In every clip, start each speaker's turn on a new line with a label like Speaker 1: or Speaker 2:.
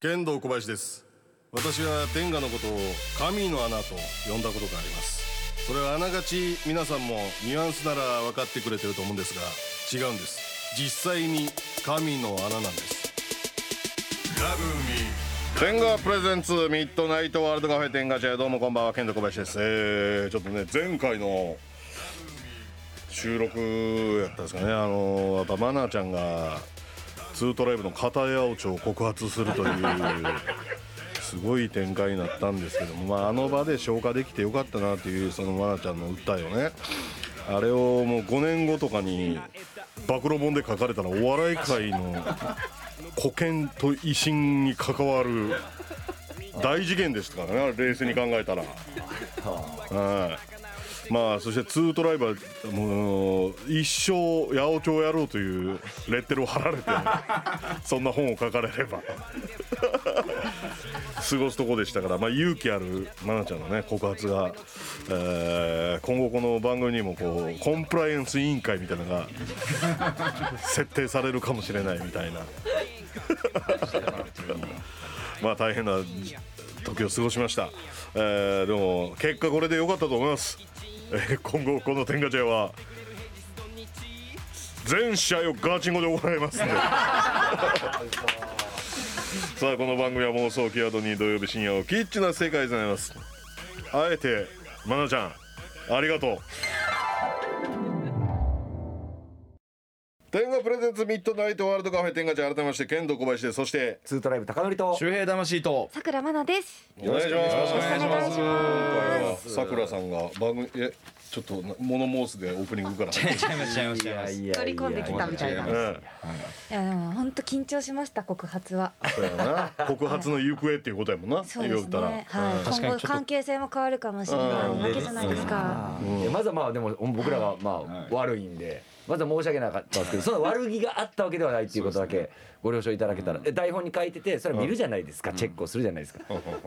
Speaker 1: 剣道小林です私は天下のことを神の穴と呼んだことがありますそれはあながち皆さんもニュアンスなら分かってくれてると思うんですが違うんです実際に神の穴なんですラブミ天下プレゼンツミッドナイトワールドカフェ天下茶屋どうもこんばんは剣道小林ですえー、ちょっとね前回の収録やったんですかねあのやっぱマナーちゃんがツートライブの片八百長を告発するというすごい展開になったんですけども、まあ、あの場で消化できてよかったなというその愛菜ちゃんの訴えをねあれをもう5年後とかに暴露本で書かれたらお笑い界の古見と威信に関わる大事件でしたからね冷静に考えたら。はいまあそしてツートライバーもう一生八百長やろうというレッテルを貼られてそんな本を書かれれば過ごすとこでしたから、まあ、勇気ある愛菜ちゃんのね告発が、えー今後この番組にもこうコンプライアンス委員会みたいなのが設定されるかもしれないみたいなまあ大変な時を過ごしました、えーでも結果これで良かったと思いますえー今後この天下茶屋は全試合をガチンコで行いますんでさあこの番組は妄想キーワードに土曜日深夜をキッチンな世界でございますあえてまなちゃんありがとう天下プレゼンツミッドナイトワールドカフェ天下茶屋改めまして剣道小林ですそして
Speaker 2: ツートライブ高典と
Speaker 3: 周平魂と
Speaker 4: さくらまなです。
Speaker 1: お願いします
Speaker 4: よろしくお願いしま
Speaker 1: さくらさんが番組えちょっとな物申すでオープニング から
Speaker 3: ちゃいますちゃいますちゃいます
Speaker 2: や
Speaker 4: す。取り込んできたみたいな。い
Speaker 1: うん
Speaker 4: やでも本当緊張しました告発は。
Speaker 1: そうやな告発の行方っていうことやもんな
Speaker 4: そうですね。は
Speaker 3: 確
Speaker 4: い。
Speaker 3: かにちょ
Speaker 4: 今
Speaker 3: っと
Speaker 4: 後関係性も変わるかもしれないわけじゃないですか。
Speaker 2: いやまずはまあでも僕らがまあ悪いんでまずは申し訳なかったんですけどその悪気があったわけではないっていうことだけご了承いただけたらで台本に書いててそれ見るじゃないですかチェックをするじゃないですか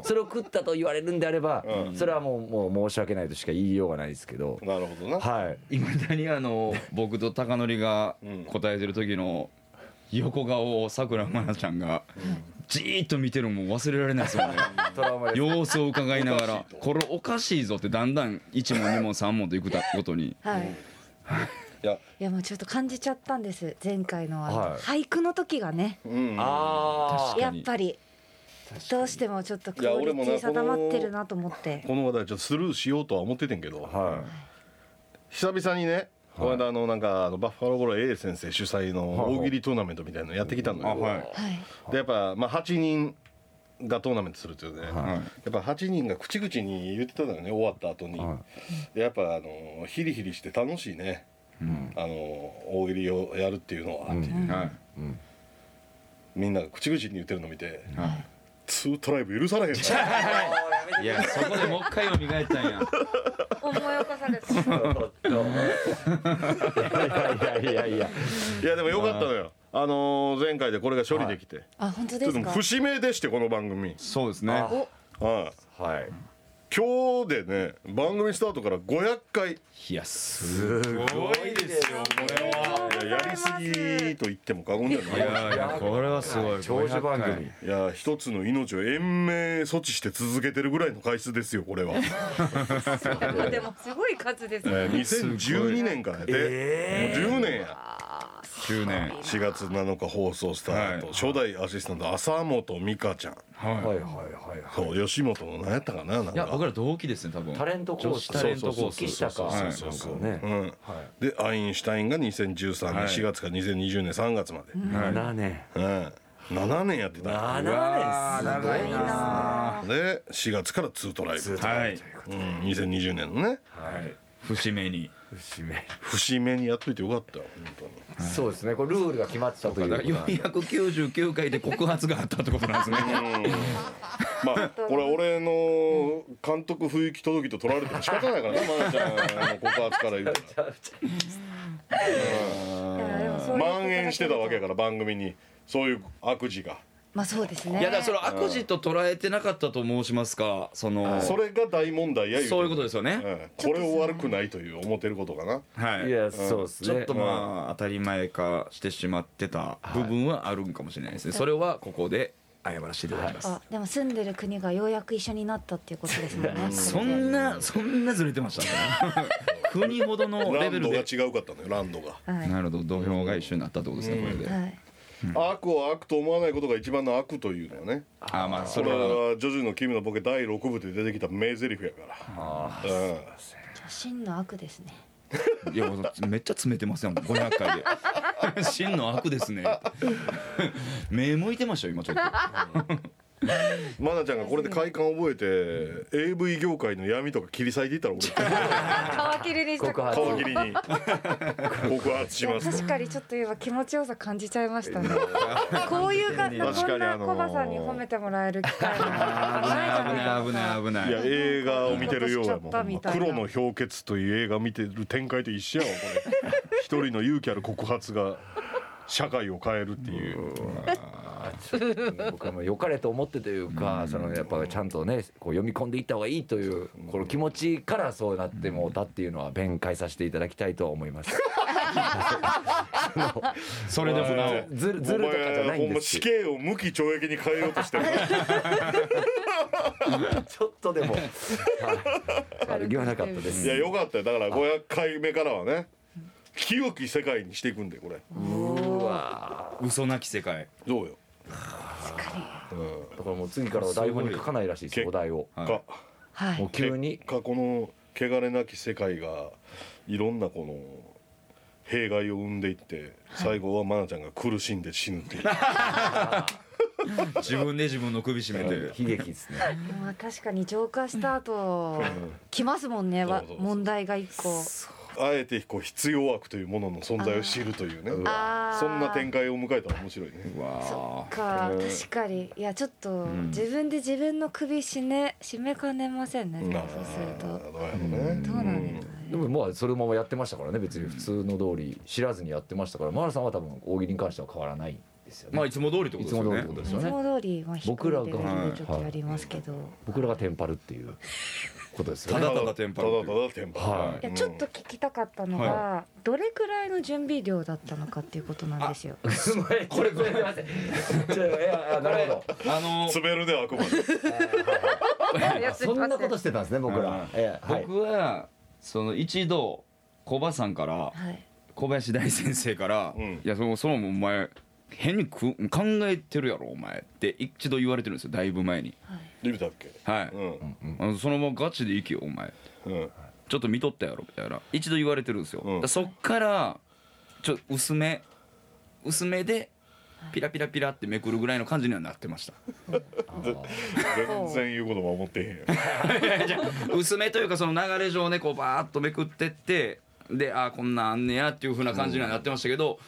Speaker 2: それを食ったと言われるんであればそれはもうもう申し訳ないとしか言いようがないですけど
Speaker 1: うんなるほどな
Speaker 2: はい
Speaker 3: いまだにあ の僕と貴教が答えてる時の横顔をさくらまなちゃんがじーっと見てるのも忘れられないですよ ね
Speaker 2: トラウマです
Speaker 3: 様子を伺いながらこれおかしいぞってだんだん1問2問3問といくごとに
Speaker 4: はい。
Speaker 1: いや
Speaker 4: いやもうちょっと感じちゃったんです前回のあの
Speaker 2: はい
Speaker 4: 俳句の時がね
Speaker 1: うん
Speaker 2: あ
Speaker 3: 確
Speaker 4: や
Speaker 3: か
Speaker 4: っ
Speaker 3: に
Speaker 4: ぱりどうしてもちょっとク
Speaker 1: いや
Speaker 4: オ
Speaker 1: 俺
Speaker 4: リ
Speaker 1: も
Speaker 4: テ
Speaker 1: ね
Speaker 4: ィ定まってるなと思って
Speaker 1: この話題ちょっとスルーしようとは思っててんけど、
Speaker 2: あは
Speaker 1: 久々にねこの間あのなんかあのバッファローゴロ A 先生主催の
Speaker 2: はい
Speaker 1: 大喜利トーナメントみたいなのやってきたのよ、
Speaker 3: あはい
Speaker 4: はい
Speaker 1: でやっぱ、まあ、8人がトーナメントするっていうね、
Speaker 3: い
Speaker 1: やっぱ8人が口々に言ってたのよね終わった後に、でやっぱあのヒリヒリして楽しいね、あの大喜利をやるっていうのは、っていう
Speaker 3: はい
Speaker 1: みんなが口々に言ってるの見て
Speaker 3: は
Speaker 1: ツートライブ許されへんな
Speaker 3: いいやそこでもう一回蘇ったんや
Speaker 4: 思い起こされて
Speaker 2: いいやいやいやいや
Speaker 1: いやでもよかったのよあのー前回でこれが処理できて、
Speaker 4: あ本当
Speaker 1: ちょ
Speaker 4: で
Speaker 1: っと
Speaker 4: す
Speaker 1: もう
Speaker 4: か
Speaker 1: 節目でしてこの番組
Speaker 3: そうですね
Speaker 2: あ
Speaker 1: はい
Speaker 2: はい
Speaker 1: 今日でね番組スタートから500回
Speaker 3: いやすごいですよこれ
Speaker 1: や
Speaker 3: は
Speaker 1: りすぎと言っても過言ではない
Speaker 3: いやいやこれはすごい
Speaker 2: 長寿番組
Speaker 1: いやー一つの命を延命措置して続けてるぐらいの回数ですよこれは、
Speaker 4: でもすごい数です
Speaker 1: えー
Speaker 4: ね
Speaker 1: 2012年からやって、もう10年や
Speaker 3: 9年
Speaker 1: 4月7日放送スタート、
Speaker 3: はい
Speaker 1: 初代アシスタント浅本美香ちゃん
Speaker 3: はい
Speaker 2: はいはいはいは
Speaker 1: そう吉本の何やったかななん
Speaker 3: いや
Speaker 1: か
Speaker 3: 僕ら同期ですね多分
Speaker 2: いタレントコー
Speaker 3: 女
Speaker 2: ス
Speaker 3: 子タレントコース
Speaker 2: そうそうそう
Speaker 3: はい
Speaker 2: 岸
Speaker 1: そうそう
Speaker 2: 高ね
Speaker 1: うんでアインシュタインが2013
Speaker 3: は
Speaker 1: 年
Speaker 3: い
Speaker 1: 4月から2020年3月まで、うん
Speaker 2: 7年
Speaker 1: 7年やってた
Speaker 2: 7
Speaker 3: あ
Speaker 2: 年
Speaker 3: 長いな
Speaker 1: で4月から2トライブ、
Speaker 3: はい
Speaker 1: うん、2020年のね
Speaker 3: 節目に
Speaker 2: 節目
Speaker 1: 節目にやっといてよかったよ本当に
Speaker 2: そうですねこれルールが決まってたとい
Speaker 3: だ
Speaker 2: う
Speaker 3: から499回で告発があったってことなんです ね
Speaker 1: まあこれ俺の監督不行き届きと取られても仕方ないからね愛菜ちゃんの告発から言うたら
Speaker 4: いやでもそういうことだ
Speaker 1: 蔓延してたわけやから番組にそういう悪事が
Speaker 4: まあそうですね
Speaker 3: いやだからそれを悪事と捉えてなかったと申しますかその
Speaker 1: それが大問題や言、
Speaker 3: そういうことですすよね
Speaker 1: うんこれを悪くないという思ってることかな
Speaker 3: はいい
Speaker 2: やそうですね
Speaker 3: ちょっとまあ当たり前化してしまってた部分はあるんかもしれないですねそれはここで
Speaker 5: 謝らせていただきます、
Speaker 4: あでも住んでる国がようやく一緒になったっていうことですもんね。
Speaker 3: そんなそんなずれてました ね国ほどのレ
Speaker 1: ラ
Speaker 3: ベ
Speaker 1: ン
Speaker 3: ル
Speaker 1: ドが
Speaker 3: で
Speaker 1: 違うかったのよランドが、
Speaker 4: はい
Speaker 3: なるほど土俵が一緒になったってことですねこれで、
Speaker 4: はい。
Speaker 1: 悪を悪と思わないことが一番の悪というのはね
Speaker 3: ああまあそ
Speaker 1: こ
Speaker 3: れ
Speaker 1: れ
Speaker 3: は
Speaker 1: は「ジョジョの奇妙なボケ」第6部で出てきた名台詞やからうん
Speaker 4: 真の悪ですね。
Speaker 3: いやめっちゃ詰めてますやん500回で 真の悪ですね 目向いてましたよ今ちょっと
Speaker 1: マナちゃんがこれで快感覚えて AV 業界の闇とか切り裂いていったら俺
Speaker 4: 皮切りにした
Speaker 2: 告
Speaker 1: 皮
Speaker 2: 白
Speaker 1: 切りに告発します
Speaker 4: 確かにちょっと今気持ちよさ感じちゃいました ね。こういう感じ、こ
Speaker 1: 確か
Speaker 4: ん
Speaker 1: にあ
Speaker 4: な
Speaker 1: のー
Speaker 4: コバさんに褒めてもらえる機会も
Speaker 3: 危ない危ない
Speaker 4: い。
Speaker 3: 危ない
Speaker 1: い
Speaker 3: 危
Speaker 1: や
Speaker 3: ない
Speaker 1: 映画を見てるようやもん
Speaker 4: 落としちゃったみたいな
Speaker 1: 黒の氷結という映画見てる展開と一緒やわこれ一人の勇気ある告発が社会を変えるっていう
Speaker 2: 僕はもう良かれと思ってというか、そのやっぱちゃんとねこう読み込んでいった方がいいというこの気持ちからそうなってもうたっていうのは弁解させていただきたいとは思います。
Speaker 3: それでもなお
Speaker 2: ずるずるとかじゃない
Speaker 1: お前ほ
Speaker 2: ん
Speaker 1: んま
Speaker 2: です
Speaker 1: 死
Speaker 2: よ
Speaker 1: 刑を無期懲役に変えようとしてる
Speaker 2: ちょっとでも悪気はなかったです
Speaker 1: い。やよかったよだから500回目からはね清き世界にしていくんでこれ
Speaker 3: 嘘なき世界
Speaker 1: どうよ
Speaker 2: だからもう次からは台本に書かないらしいです
Speaker 1: すごい
Speaker 2: よお題を。
Speaker 3: はい
Speaker 1: か
Speaker 4: は
Speaker 2: も。
Speaker 4: いう
Speaker 2: 急に
Speaker 1: 結果この汚れなき世界がいろんなこの弊害を生んでいって最後は愛菜ちゃんが苦しんで死ぬっていう
Speaker 3: 自分で自分の首絞めて
Speaker 2: 悲劇ですね。
Speaker 4: まあ確かに浄化した後来ますもんね。わ
Speaker 1: そうそうそう
Speaker 4: 問題が一個。
Speaker 1: あえてこう必要悪というものの存在を知るというね
Speaker 4: あー
Speaker 1: そんな展開を迎えたら面白いね
Speaker 3: うわ
Speaker 4: か
Speaker 1: うん
Speaker 4: 確かにいやちょっと自分で自分の首絞め絞めかねませんね。でもそうすると
Speaker 1: なるほどね
Speaker 4: どうなんですかね。
Speaker 2: でもまあそれもやってましたからね別に普通の通り知らずにやってましたからマラさんは多分大喜利に関しては変わらないですよ
Speaker 3: ーまあ
Speaker 2: ね。
Speaker 3: いつも通りってこ
Speaker 2: い
Speaker 3: と
Speaker 2: つ
Speaker 3: です
Speaker 2: も通り
Speaker 3: よね
Speaker 2: ってことで
Speaker 4: い
Speaker 2: す
Speaker 4: つ
Speaker 2: よね。
Speaker 4: も通りは低
Speaker 2: 僕
Speaker 4: い
Speaker 2: ら
Speaker 4: レ
Speaker 2: が
Speaker 4: ベルでちょっとやりますけど、
Speaker 2: 僕らがテンパるっていうことですよ
Speaker 3: た
Speaker 2: ね。
Speaker 3: だただテンパる
Speaker 1: ただただテンパる
Speaker 2: はい
Speaker 4: いやちょっと聞きたかったのが、
Speaker 3: は
Speaker 4: どれくらいの準備量だったのかっていうことなんですよ。
Speaker 2: すごいこれこれすいません。ちょいやなるほど。
Speaker 3: あの
Speaker 1: 滑るであくまで
Speaker 2: そんなことしてたんですね僕
Speaker 3: は
Speaker 2: ら
Speaker 3: い。
Speaker 2: ええはい。
Speaker 3: 僕はその一度小バさんから
Speaker 4: はい。
Speaker 3: 小林大先生から
Speaker 1: うん
Speaker 3: 「いやそもそもお前変にく考えてるやろお前」って一度言われてるんですよだいぶ前に
Speaker 1: 言うたっけ、
Speaker 3: はいう
Speaker 1: ん
Speaker 3: あのそのままガチで生きよお前
Speaker 1: うん
Speaker 3: ちょっと見とったやろみたいな一度言われてるんですよ、
Speaker 1: うん
Speaker 3: だそっからちょっと薄め薄めでピラピラピラってめくるぐらいの感じにはなってました
Speaker 1: 全然言うこと守ってへんやん
Speaker 3: 薄めというかその流れ上ねこうバーッとめくってってであーこんなんあんねやっていう風な感じにはなってましたけど、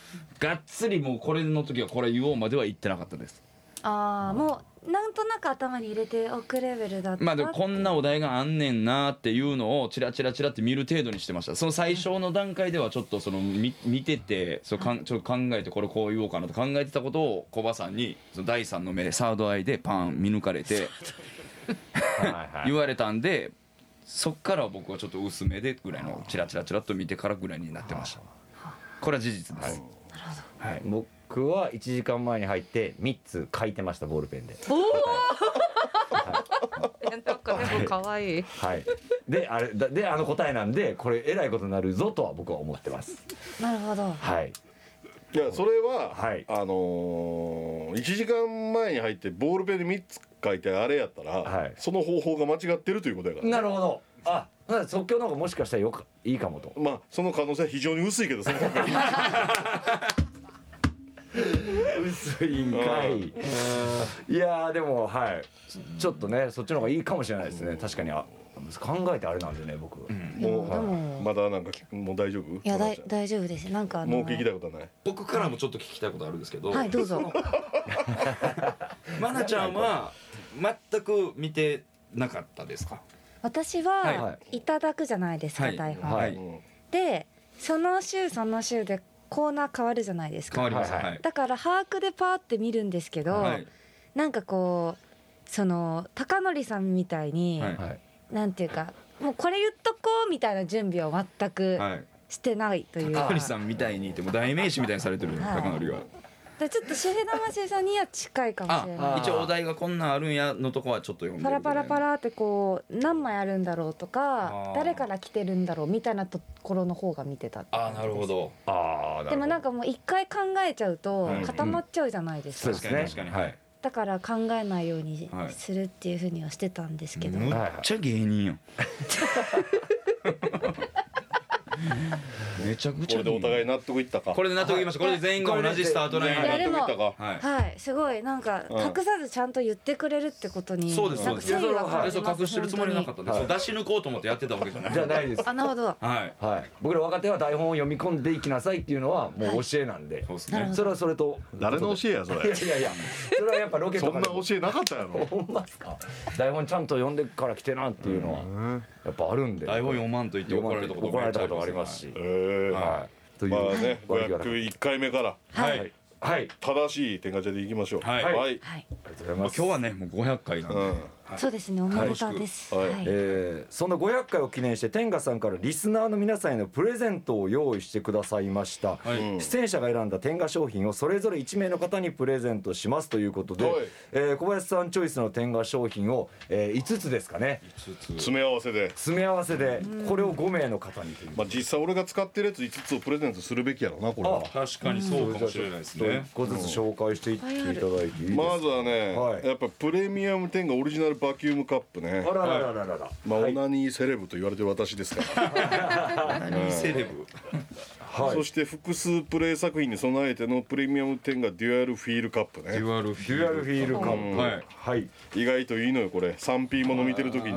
Speaker 3: がっつりもうこれの時はこれ言おうまでは言ってなかったです
Speaker 4: ああもうなんとなく頭に入れておくレベルだった。
Speaker 3: まあでもこんなお題があんねんなっていうのをチラチラチラって見る程度にしてましたその最初の段階ではちょっとその見見ててそうかんちょっと考えてこれこう言おうかなと考えてたことをコバさんにその第三の目サードアイでパン見抜かれて言われたんでそっから僕はちょっと薄めでぐらいのチラチラチラっと見てからぐらいになってましたこれは事実です
Speaker 2: 僕は1時間前に入って3つ書いてましたボールペンで。
Speaker 4: なんかでも可愛い。
Speaker 2: はい。であれだであの答えなんでこれえらいことになるぞとは僕は思ってます。
Speaker 4: なるほど。
Speaker 2: はい。
Speaker 1: いやそれは、
Speaker 2: はい
Speaker 1: あのー、1時間前に入ってボールペンで3つ書いてあれやったら、
Speaker 2: はい
Speaker 1: その方法が間違ってるということやから、
Speaker 2: なるほど。あ、だから即興の方がもしかしたらよかいいかもと。
Speaker 1: まあその可能性は非常に薄いけどその方 がいい
Speaker 2: 薄いんかい。いやーでもはい。ちちょっとねそっちの方がいいかもしれないですね。確かにあ考えてあれなんでね僕。
Speaker 4: いやで
Speaker 1: もう
Speaker 4: も
Speaker 1: まだなんかもう大丈夫
Speaker 4: いやだい
Speaker 1: も
Speaker 4: 大丈夫です。なんかあの
Speaker 1: う聞きたいことはない
Speaker 3: 僕からもちょっと聞きたいことあるんですけど
Speaker 4: はいどうぞ。
Speaker 3: マナちゃんは全く見てなかったですか
Speaker 4: 私
Speaker 3: はい
Speaker 2: は
Speaker 4: はいただくじゃないですか、
Speaker 3: はい
Speaker 4: 台本、
Speaker 2: はい
Speaker 1: うん
Speaker 4: でその週その週でコーナー変わるじゃないです
Speaker 3: 変わ
Speaker 4: か
Speaker 3: ります
Speaker 2: はい
Speaker 3: はい
Speaker 4: だから把握でパーって見るんですけど、
Speaker 3: はい
Speaker 4: なんかこうその高典さんみたいに、
Speaker 3: はい
Speaker 2: はい。
Speaker 4: なんていうかもうこれ言っとこうみたいな準備を全く
Speaker 3: はい
Speaker 4: してないというか、
Speaker 3: 高森さんみたいにってもう代名詞みたいにされてるよ
Speaker 4: はい
Speaker 3: 高森が
Speaker 4: らちょっとシェヘダマシさんには近いかもしれない
Speaker 3: あ一応お題がこんなんあるんやのとこはちょっと読んで
Speaker 4: パラパラパ
Speaker 3: ラ
Speaker 4: ラってこう何枚あるんだろうと
Speaker 3: あ
Speaker 4: か
Speaker 3: ー
Speaker 4: 誰から来てるんだろうみたいなところの方が見てたって
Speaker 3: あーなるほど
Speaker 2: ああ
Speaker 4: でもなんかもう一回考えちゃうと
Speaker 3: はい
Speaker 4: 固まっちゃうじゃないですか、
Speaker 2: そうですね
Speaker 3: 確かに確かに
Speaker 2: はい
Speaker 4: だから考えないように
Speaker 3: はい
Speaker 4: するっていうふうにはしてたんですけど、
Speaker 3: むっちゃ芸人やんめちゃくち
Speaker 1: こ
Speaker 3: ゃ
Speaker 1: れでお互い納得いったか
Speaker 3: これで納得いきましたこれで全員が同じスタートライン
Speaker 4: いやでも
Speaker 1: 納得いったか
Speaker 3: はい
Speaker 4: はいすごいなんか
Speaker 1: うん
Speaker 4: 隠さずちゃんと言ってくれるってことに
Speaker 3: そうです
Speaker 4: な
Speaker 3: そ
Speaker 4: ん
Speaker 3: う
Speaker 4: か
Speaker 3: です
Speaker 4: 誠意が感
Speaker 3: え
Speaker 4: じ
Speaker 3: そう
Speaker 4: ます
Speaker 3: 隠してるつもりはなかったんです、
Speaker 2: は
Speaker 3: 出し抜こうと思ってやってたわけじゃない
Speaker 2: じゃないです
Speaker 4: あなるほど
Speaker 3: はい
Speaker 2: はい僕ら若手は台本を読み込んでいきなさいっていうのはもう教えなんで
Speaker 3: そうです
Speaker 4: なる
Speaker 3: ね
Speaker 4: ほど
Speaker 2: それはそれと
Speaker 1: 誰の教えやそ
Speaker 2: い
Speaker 1: れ
Speaker 2: やいやいやそれはやっぱロ ケ
Speaker 1: そ
Speaker 2: と
Speaker 1: ん
Speaker 2: か
Speaker 1: な
Speaker 2: で
Speaker 1: 教
Speaker 2: も
Speaker 1: えなかったや ろ
Speaker 2: ほんまっすか台本ちゃんと読んでから来てなっていうのはやっぱあるんで
Speaker 3: 台本読まんと言って怒られたこと
Speaker 2: 怒られたことがありますし
Speaker 1: えー
Speaker 2: はいという
Speaker 1: まあね
Speaker 2: 割り柄
Speaker 1: 501回目から
Speaker 3: はい、
Speaker 2: はいはい
Speaker 1: 正しい天下茶でいきましょう
Speaker 3: はい
Speaker 1: はい
Speaker 4: はい、
Speaker 2: ありがとうござい
Speaker 3: まあ
Speaker 2: ま
Speaker 3: 今日はねもう500回なんで、
Speaker 1: うん
Speaker 4: そうですねおめでたいです、
Speaker 1: はい
Speaker 4: はい
Speaker 2: えーその500回を記念して天賀さんからリスナーの皆さんへのプレゼントを用意してくださいました、
Speaker 3: はい
Speaker 1: うん
Speaker 2: 出演者が選んだ天賀商品をそれぞれ1名の方にプレゼントしますということで、
Speaker 1: はい
Speaker 2: えー小林さんチョイスの天賀商品を、えー5つですかね
Speaker 1: 詰め合わせで
Speaker 2: 詰め合わせでこれを5名の方にという
Speaker 1: まあ実際俺が使ってるやつ5つをプレゼントするべきやろなこれは
Speaker 2: あ
Speaker 3: 確かにそうかもしれないですね
Speaker 2: 一個ずつ紹介していっていただいていいですか
Speaker 1: まずはね、
Speaker 2: はい
Speaker 1: やっぱプレミアム天下オリジナルバキュームカップね
Speaker 2: あらららららら、
Speaker 1: まあ、
Speaker 2: は
Speaker 1: オ
Speaker 2: い、
Speaker 1: ナニーセレブと言われてる私ですから、
Speaker 3: 何セレブ
Speaker 2: はい
Speaker 1: そして複数プレイ作品に備えてのプレミアム天下デュアルフィールカップ
Speaker 3: デ
Speaker 1: ね
Speaker 3: ュアルフ
Speaker 2: デュアルフィールカップ、
Speaker 1: うん
Speaker 3: はい
Speaker 2: はい
Speaker 1: 意外といいのよこれ 3P もの見てる時に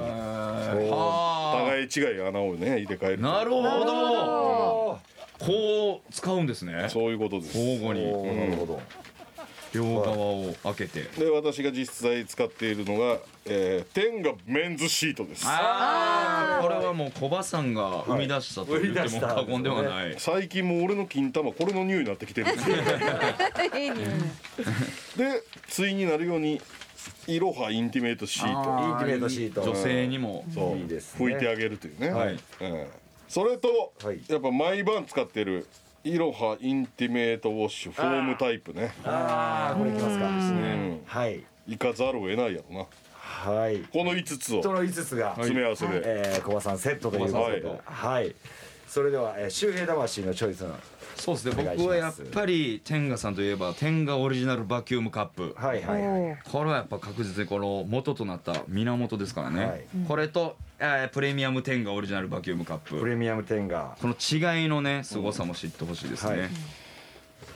Speaker 3: は
Speaker 1: 互い違い穴をね入れ替え
Speaker 3: あ
Speaker 1: る
Speaker 3: なるほ
Speaker 4: なる
Speaker 3: ど
Speaker 4: ほど
Speaker 2: あ
Speaker 3: こう使うんですね
Speaker 1: そういうことです
Speaker 3: 交互
Speaker 2: ー
Speaker 3: に
Speaker 2: おーなるほど、
Speaker 3: 両側を開けて
Speaker 1: で私が実際使っているのが、えー、天下メンズシートです
Speaker 3: ああこれはもう小バさんが生み出したと言っても過言ではない、
Speaker 1: 最近もう俺の金玉これの匂いになってきてるんですよ
Speaker 4: いい匂い
Speaker 1: で対になるようにイロハインティメイトシート
Speaker 2: インティメートシート
Speaker 3: 女性にも
Speaker 1: そう
Speaker 2: いいですね
Speaker 1: 拭いてあげるというね、
Speaker 2: はい
Speaker 1: うんそれと、
Speaker 2: はい
Speaker 1: やっぱ毎晩使ってるイロハインティメートウォッシュフォームタイプね、
Speaker 2: ああこれいきますか
Speaker 1: うん、
Speaker 2: はい
Speaker 1: いかざるを得ないやろな
Speaker 2: はい
Speaker 1: この5つを
Speaker 2: その5つが、
Speaker 1: 詰め合わせで、
Speaker 2: えー、小林さんセットということで
Speaker 1: はい
Speaker 2: はい、それでは、えー、周平魂のチョイスの
Speaker 3: そうですね
Speaker 2: お願いします
Speaker 3: 僕はやっぱり天下さんといえば天下オリジナルバキュームカップ
Speaker 2: はい
Speaker 4: お
Speaker 2: はいはい
Speaker 4: ー
Speaker 3: これはやっぱ確実にこの元となった源ですからね、
Speaker 2: はい
Speaker 3: これと、えープレミアム天下オリジナルバキュームカップ
Speaker 2: プレミアムテンガ
Speaker 3: この違いのね凄さも知ってほしいですね、
Speaker 2: はい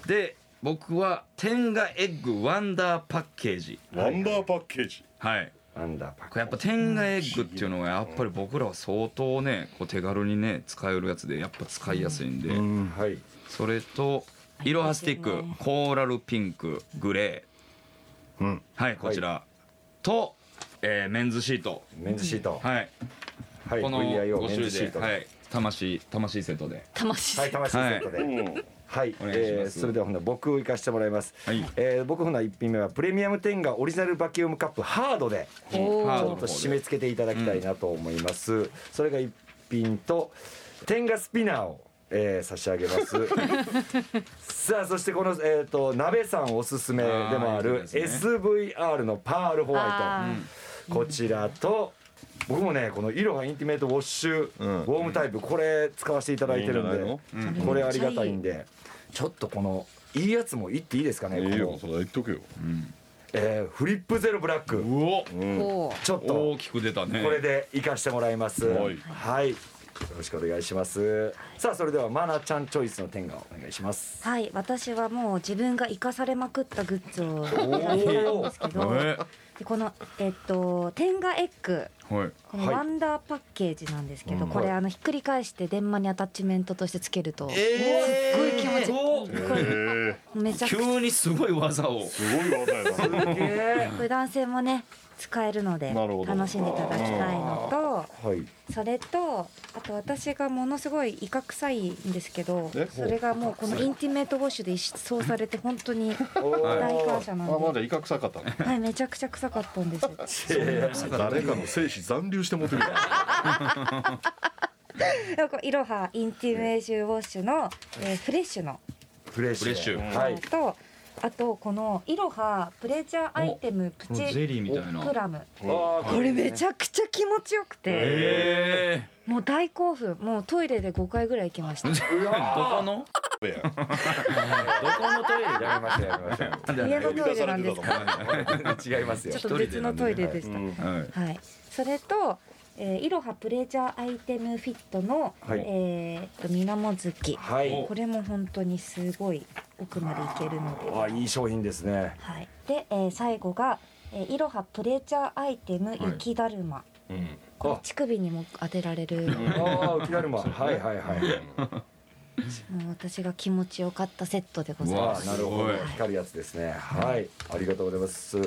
Speaker 3: で僕は天下エッグワンダーパッケージ
Speaker 1: ワンダーパッケージ、
Speaker 3: はい
Speaker 2: アンダーパッ
Speaker 3: これやっぱ天下エッグっていうのはやっぱり僕らは相当ねこう手軽にね使えるやつでやっぱ使いやすいんで、
Speaker 2: クはい
Speaker 3: それとイロハスティックコーラルピンクグレー、
Speaker 1: うん
Speaker 3: はいこちら、と、えーメンズシート
Speaker 2: メンズシート、
Speaker 3: はい、
Speaker 2: はい、
Speaker 3: この
Speaker 2: VIO
Speaker 3: 5
Speaker 2: メン
Speaker 3: 種
Speaker 2: ズ
Speaker 3: 類
Speaker 2: シー
Speaker 3: で、
Speaker 2: ト
Speaker 3: はい、魂魂セットで
Speaker 4: 魂
Speaker 2: はい、魂セットで、
Speaker 1: うん、
Speaker 2: はい、
Speaker 3: お願いします
Speaker 2: えーそれではほな僕を行かしてもらいます。
Speaker 3: はい
Speaker 2: えー僕ほな一品目はプレミアムテンガオリジナルバキュームカップハードで
Speaker 4: お
Speaker 3: ハー
Speaker 2: ち
Speaker 3: ド
Speaker 2: ょっと締め付けていただきたいなと思います。それが一品とテンガスピナーを。えー差し上げます さあそしてこの、えー、と鍋さんおすすめでもある
Speaker 3: あーいいですね
Speaker 2: SVR のパールホワ
Speaker 4: あー
Speaker 2: イトこちらと僕もねこのイロハインティメートウォッシュ、
Speaker 1: うん
Speaker 2: ウォームタイプこれ使わせていただいてるんで
Speaker 1: いいんじゃないの
Speaker 2: これありがたいんでちょっとこのいいやつも言っていいですかね
Speaker 1: いいよ
Speaker 2: こ
Speaker 1: そ
Speaker 2: の、
Speaker 1: れは言っとけよ、
Speaker 2: えーフリップゼロブラック
Speaker 3: うお
Speaker 1: うん
Speaker 4: おー
Speaker 2: ちょっと
Speaker 3: 大きく出たね
Speaker 2: これで活かしてもらいます
Speaker 1: はい
Speaker 2: はいよろしくお願いしますさあそれではマナちゃんチョイスの天下をお願いします
Speaker 4: はい私はもう自分が生かされまくったグッズを
Speaker 2: お
Speaker 4: 選んだんですけど
Speaker 3: え
Speaker 4: でこのえっと天下エッグ
Speaker 3: はい
Speaker 4: この
Speaker 2: はい
Speaker 4: ワンダーパッケージなんですけど、
Speaker 3: うん
Speaker 4: これあのひっくり返して電話にアタッチメントとしてつけると、
Speaker 3: え
Speaker 4: すっごい気持ちいいこ
Speaker 1: え
Speaker 4: れ
Speaker 1: ー、
Speaker 4: めちゃくちゃ
Speaker 3: 急にすごい技を
Speaker 1: すごい技やな
Speaker 4: これ男性もね使えるので
Speaker 1: なるほど
Speaker 4: 楽しんでいただきたいの
Speaker 2: はい
Speaker 4: とそれとあと私がものすごい威嚇臭いんですけど
Speaker 1: え
Speaker 4: それがもうこのインティメートウォッシュで一掃されて本当に大感謝
Speaker 1: あ
Speaker 4: な
Speaker 1: ま
Speaker 4: ん
Speaker 1: だ威嚇臭かったね
Speaker 4: で、はい、めちゃくちゃ臭かったんです
Speaker 1: 誰かの精子残留して持 ってるから
Speaker 4: でもこれイロハインティメーションウォッシュの、えーフレッシュの
Speaker 2: フレッシュ
Speaker 3: フレッシュ
Speaker 2: は
Speaker 4: はいとあとこのイロハプレジャーアイテムプ
Speaker 3: この
Speaker 4: チ
Speaker 3: ゼリーみたい
Speaker 4: プ
Speaker 3: な
Speaker 4: ラム
Speaker 2: あ
Speaker 4: これめち
Speaker 2: ゃ
Speaker 4: ゃくちゃ気持ちよくて
Speaker 3: え
Speaker 4: もう大興奮もうトイレで5回ぐらい行きました
Speaker 3: え どこの
Speaker 1: やん
Speaker 2: どこのトイレでやりましたやりました
Speaker 4: 家のトイレな んですか
Speaker 2: 違いますよ
Speaker 4: ちょっと別のトイレでした
Speaker 1: うん
Speaker 3: はい
Speaker 4: はい、それと、えー、イロハプレジャーアイテムフィットの、
Speaker 2: はい
Speaker 4: えー、と水月、
Speaker 2: はい
Speaker 4: これも本当にすごい奥までいけるので、
Speaker 2: あいい商品ですね
Speaker 4: はい、で、えー最後が、えー、イロハプレジャーアイテム雪だるま、
Speaker 1: うん
Speaker 4: これ乳首にも当てられる
Speaker 2: ああ浮きだるまはいはいはい
Speaker 4: もう私が気持ちよかったセットでございま
Speaker 2: わ
Speaker 4: す
Speaker 2: あなるほど光るやつですねはいありがとうございます、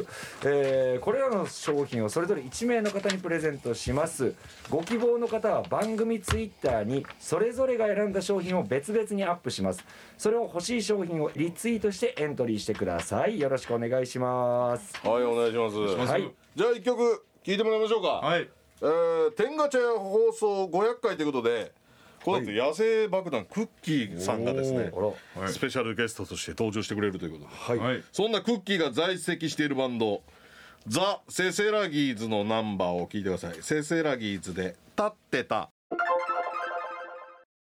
Speaker 2: えーこれらの商品をそれぞれ1名の方にプレゼントしますご希望の方は番組ツイッターにそれぞれが選んだ商品を別々にアップしますそれを欲しい商品をリツイートしてエントリーしてくださいよろしくお願いします
Speaker 1: はいお願いします
Speaker 3: ます
Speaker 2: はい
Speaker 1: じゃあ一曲聴いてもらいましょうか
Speaker 3: はい
Speaker 1: えー天ガチャ放送500回ということでこの後野生爆弾クッキーさんがですね
Speaker 2: おー
Speaker 3: あらはい
Speaker 1: スペシャルゲストとして登場してくれるということで
Speaker 2: はい、
Speaker 3: は
Speaker 2: はい、
Speaker 3: い
Speaker 1: そんなクッキーが在籍しているバンドザ・セセラギーズのナンバーを聞いてくださいセセラギーズで「立ってた」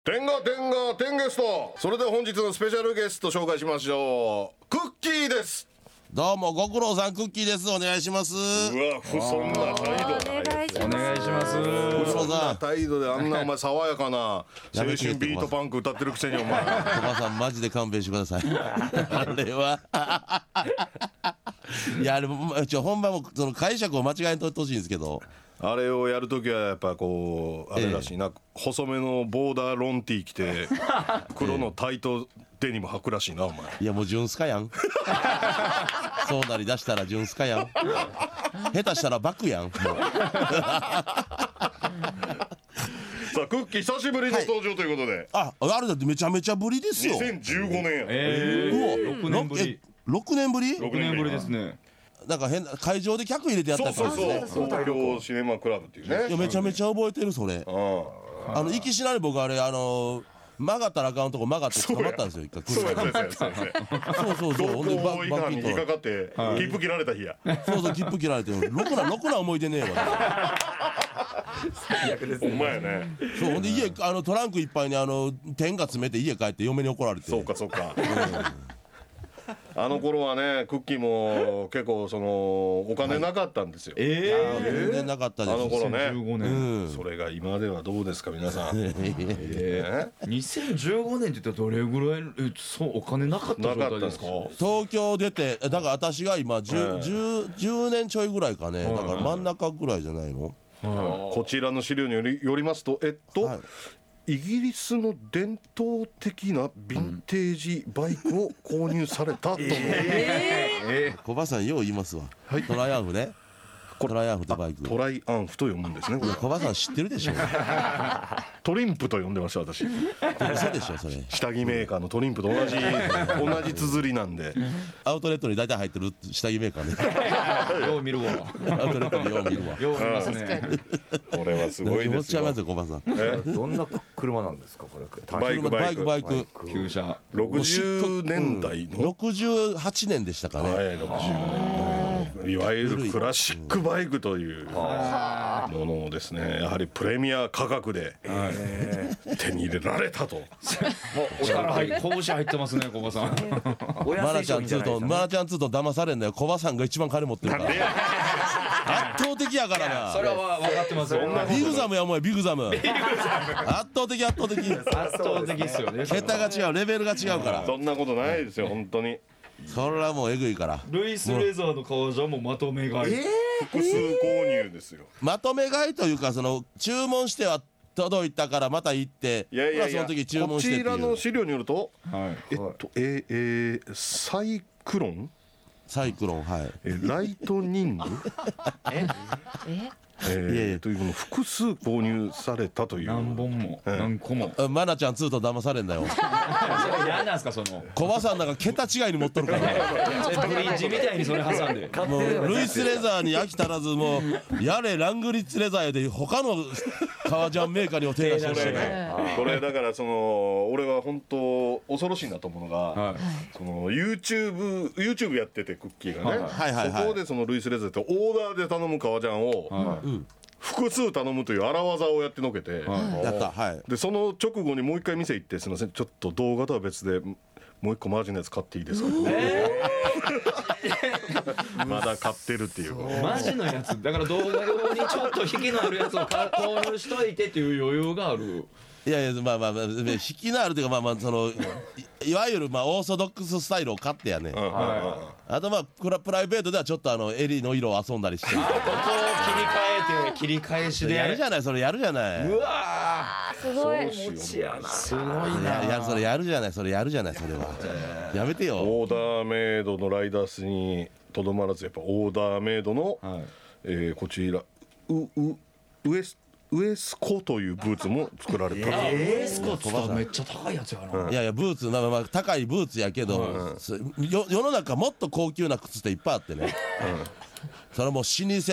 Speaker 1: 天ガ天ガ天ゲストそれでは本日のスペシャルゲスト紹介しましょうクッキーです
Speaker 5: どうもご苦労さんクッキーですお願い します
Speaker 1: うわ不そんな態度
Speaker 4: お願いし
Speaker 3: お
Speaker 4: ます
Speaker 3: 願いします
Speaker 5: ご苦
Speaker 1: そ
Speaker 5: 労
Speaker 1: んな
Speaker 5: さん鳥
Speaker 1: 態度であんなお前爽やかな青
Speaker 5: や
Speaker 1: 春
Speaker 5: めてよ
Speaker 1: ビートパンク歌ってるくせにお前
Speaker 5: 羽さんマジで勘弁してください あれは いやあれもちょ本番もその解釈を間違えんとってほしいんですけど
Speaker 1: あれをやるときはやっぱこうあれらしいな、細めのボーダーロンティー着て黒のタイトデニム履くらしいなお前
Speaker 5: いやもう純スカ やんそうなりだしたら純スカやん下手したらバクやんもう
Speaker 1: さあクッキー久しぶりの登場ということで、
Speaker 5: ああれだってめちゃめちゃぶりですよ
Speaker 1: 2015年や、
Speaker 3: え
Speaker 5: うお
Speaker 3: え六年ぶり
Speaker 5: 6年ぶり
Speaker 1: 六
Speaker 3: 六年ぶりですね
Speaker 5: なんか変な会場で客入れてやった
Speaker 1: そ
Speaker 5: や
Speaker 1: う
Speaker 5: つな
Speaker 1: そ
Speaker 5: ん
Speaker 1: う
Speaker 5: です
Speaker 1: そ
Speaker 5: ね
Speaker 1: う東京シネマクラブっていうね
Speaker 5: いやめちゃめちゃ覚えてるそれ
Speaker 1: うん
Speaker 5: あの、いきしなり僕あれ、あのー曲がったらあかんとこ曲がって捕まったんですよ、一回。
Speaker 1: そうや
Speaker 5: 車
Speaker 1: そう
Speaker 5: に
Speaker 1: やそうやそうや
Speaker 5: そうそうそう。
Speaker 1: 同
Speaker 5: ほんで、バ
Speaker 1: 行以
Speaker 5: バ
Speaker 1: 下
Speaker 5: ッ
Speaker 1: に
Speaker 5: キ
Speaker 1: 引っか
Speaker 5: ー
Speaker 1: かって切符切られた日や
Speaker 5: と。そうそう、切符切られてる。ろくな、ろくな思い出ねえわ。
Speaker 2: 逆です
Speaker 1: お
Speaker 2: ね
Speaker 1: 前やね
Speaker 5: そう、ほんで家、あの、トランクいっぱいに、あの、天が詰めて家帰って嫁に怒られて。
Speaker 1: そうかそうかあの頃はねクッキーも結構そのお金なかったんですよ、
Speaker 3: ええ
Speaker 5: 全然なかった
Speaker 1: あの
Speaker 5: で
Speaker 1: 頃ね
Speaker 3: 2015
Speaker 5: す。う
Speaker 3: 年
Speaker 5: ん。
Speaker 1: それが今ではどうですか皆さん、ね
Speaker 3: 2015年って言ったらどれぐらいえそうお金なかった状
Speaker 1: なかっ
Speaker 3: 態
Speaker 1: たん
Speaker 3: で
Speaker 1: ですす
Speaker 3: か
Speaker 1: か
Speaker 5: 東京出て、だから私が今
Speaker 1: ええ
Speaker 5: 10、十十年ちょいぐらいかね。だから真ん中ぐらいじゃないの
Speaker 1: こちらの資料によりよりますとえっと、
Speaker 5: は
Speaker 1: イギリスの伝統的なヴィンテージバイクを購入されたとの、
Speaker 5: 小林さん、よう言いますわ。トライアンフね。トライアンフってバイク。
Speaker 1: トライアンフと読むんですねこ
Speaker 5: い
Speaker 1: れ
Speaker 5: や小林さん知ってるでしょ。
Speaker 1: トリンプと呼んでました私
Speaker 5: 嘘でしょ、それ。
Speaker 1: 下着メーカーのトリンプと同じ同じ綴りなんで
Speaker 5: アウトレットに大体入ってる下着メーカーね。
Speaker 3: よう見るわ
Speaker 5: アウトレットによう見るわ。
Speaker 3: よう見ますね
Speaker 1: これはすご
Speaker 5: 気
Speaker 1: い
Speaker 5: 持
Speaker 1: で
Speaker 5: ち
Speaker 1: す
Speaker 5: 悪い
Speaker 1: よ
Speaker 5: やつよ、小林さん。
Speaker 2: どんな車なんですかこれ
Speaker 1: バイクバイク
Speaker 5: バイク。
Speaker 3: 旧車
Speaker 1: 60年代の、
Speaker 5: 68年でしたか
Speaker 1: は
Speaker 5: ね。
Speaker 1: い60年いわゆるクラシックバイクというものをですねやはりプレミア価格で手に入れられたと。
Speaker 2: もうお
Speaker 3: 力
Speaker 2: 宝入
Speaker 3: 入っ拳入ってますねコバさん
Speaker 2: お安
Speaker 5: マナ
Speaker 2: い
Speaker 5: ちゃ
Speaker 2: 商品
Speaker 5: んツ
Speaker 2: じゃないです
Speaker 5: ートン、
Speaker 2: か
Speaker 5: マナちゃんツートン騙されんだよ。小林さんが一番金持ってるから。圧倒的やから
Speaker 3: それ
Speaker 5: な。
Speaker 3: は分かってますよ
Speaker 5: ビグザムやお前、ビグザム。圧倒的、圧倒的。
Speaker 3: 圧倒的ですよね
Speaker 5: 桁が違う、レベルが違うから。
Speaker 1: そんなことないですよ、本当に。
Speaker 5: それはもうえぐいから。
Speaker 3: ルイス・レザーの革じゃもうまとめ買い
Speaker 1: 複数購入ですよ。
Speaker 5: まとめ買いというか、その、注文しては届いたからまた行って、
Speaker 1: いやいやい
Speaker 5: ほら
Speaker 1: や、
Speaker 5: その時注文
Speaker 1: こ
Speaker 5: してっ
Speaker 1: ち
Speaker 5: て
Speaker 1: ら
Speaker 5: い
Speaker 1: の
Speaker 5: う。
Speaker 1: 資料によると、
Speaker 3: は
Speaker 1: え
Speaker 3: い
Speaker 1: っと、えーえーサイクロン、
Speaker 5: サイクロン、はい。
Speaker 1: えーライトニング、
Speaker 4: え
Speaker 5: いやい
Speaker 1: えー、
Speaker 5: や
Speaker 1: というものを複数購入されたという
Speaker 3: 何本も何個も
Speaker 5: うんマナちゃんずっと騙されん だよ
Speaker 3: 何なんすかその
Speaker 5: 小バさんなんか桁違いに持っとるから
Speaker 3: ブリンジみたい にそれ挟んで
Speaker 2: 買っ
Speaker 5: も
Speaker 2: てる
Speaker 5: う
Speaker 2: の
Speaker 5: ルイスレザーに飽き足らずもうやれラングリッツレザーやで他の革ジャンメーカーにも手出してる しね
Speaker 1: これだからその俺は本当恐ろしいなと思うのが、
Speaker 3: は
Speaker 1: その YouTube, YouTube やっててクッキーがね、
Speaker 5: はいはいはい
Speaker 1: そこでそのルイス・レズってオーダーで頼む革ジャン
Speaker 3: い
Speaker 1: を
Speaker 3: は
Speaker 1: 複数頼むという荒技をやってのけて、
Speaker 3: は
Speaker 5: やったはい
Speaker 1: でその直後にもう一回店行って「すみませんちょっと動画とは別でもう一個マージンのやつ買っていいですか?」 まだ買ってるっていう
Speaker 3: いマジのやつだから動画用にちょっと引きのあるやつを買購入しといてっていう余裕がある
Speaker 5: いやいやまあまあまあ引きのあるというかまあまあそのいいわゆるまあオーソドックススタイルを買ってやね
Speaker 1: うん
Speaker 3: は
Speaker 5: あとまあプラプライベートではちょっとあの襟の色を遊 んだりして
Speaker 3: ここを切り替えて切り返しで
Speaker 5: やるじゃないそれやるじゃないう
Speaker 3: わ
Speaker 4: あすごい。
Speaker 1: どうしよう
Speaker 3: ーすごい
Speaker 5: やや
Speaker 3: な
Speaker 5: それやるじゃないそれやるじゃないそれはやめてよ
Speaker 1: オーダーメイドのライダースにとどまらずやっぱオーダーメイドの、
Speaker 3: はい
Speaker 1: えーこちらううウエスウエスコというブーツも作られた、
Speaker 3: エースコツとめっちゃ高いやつやない
Speaker 5: やいやブーツまあまあ高いブーツやけど、そよ世の中もっと高級な靴っていっぱいあってね、それもう老舗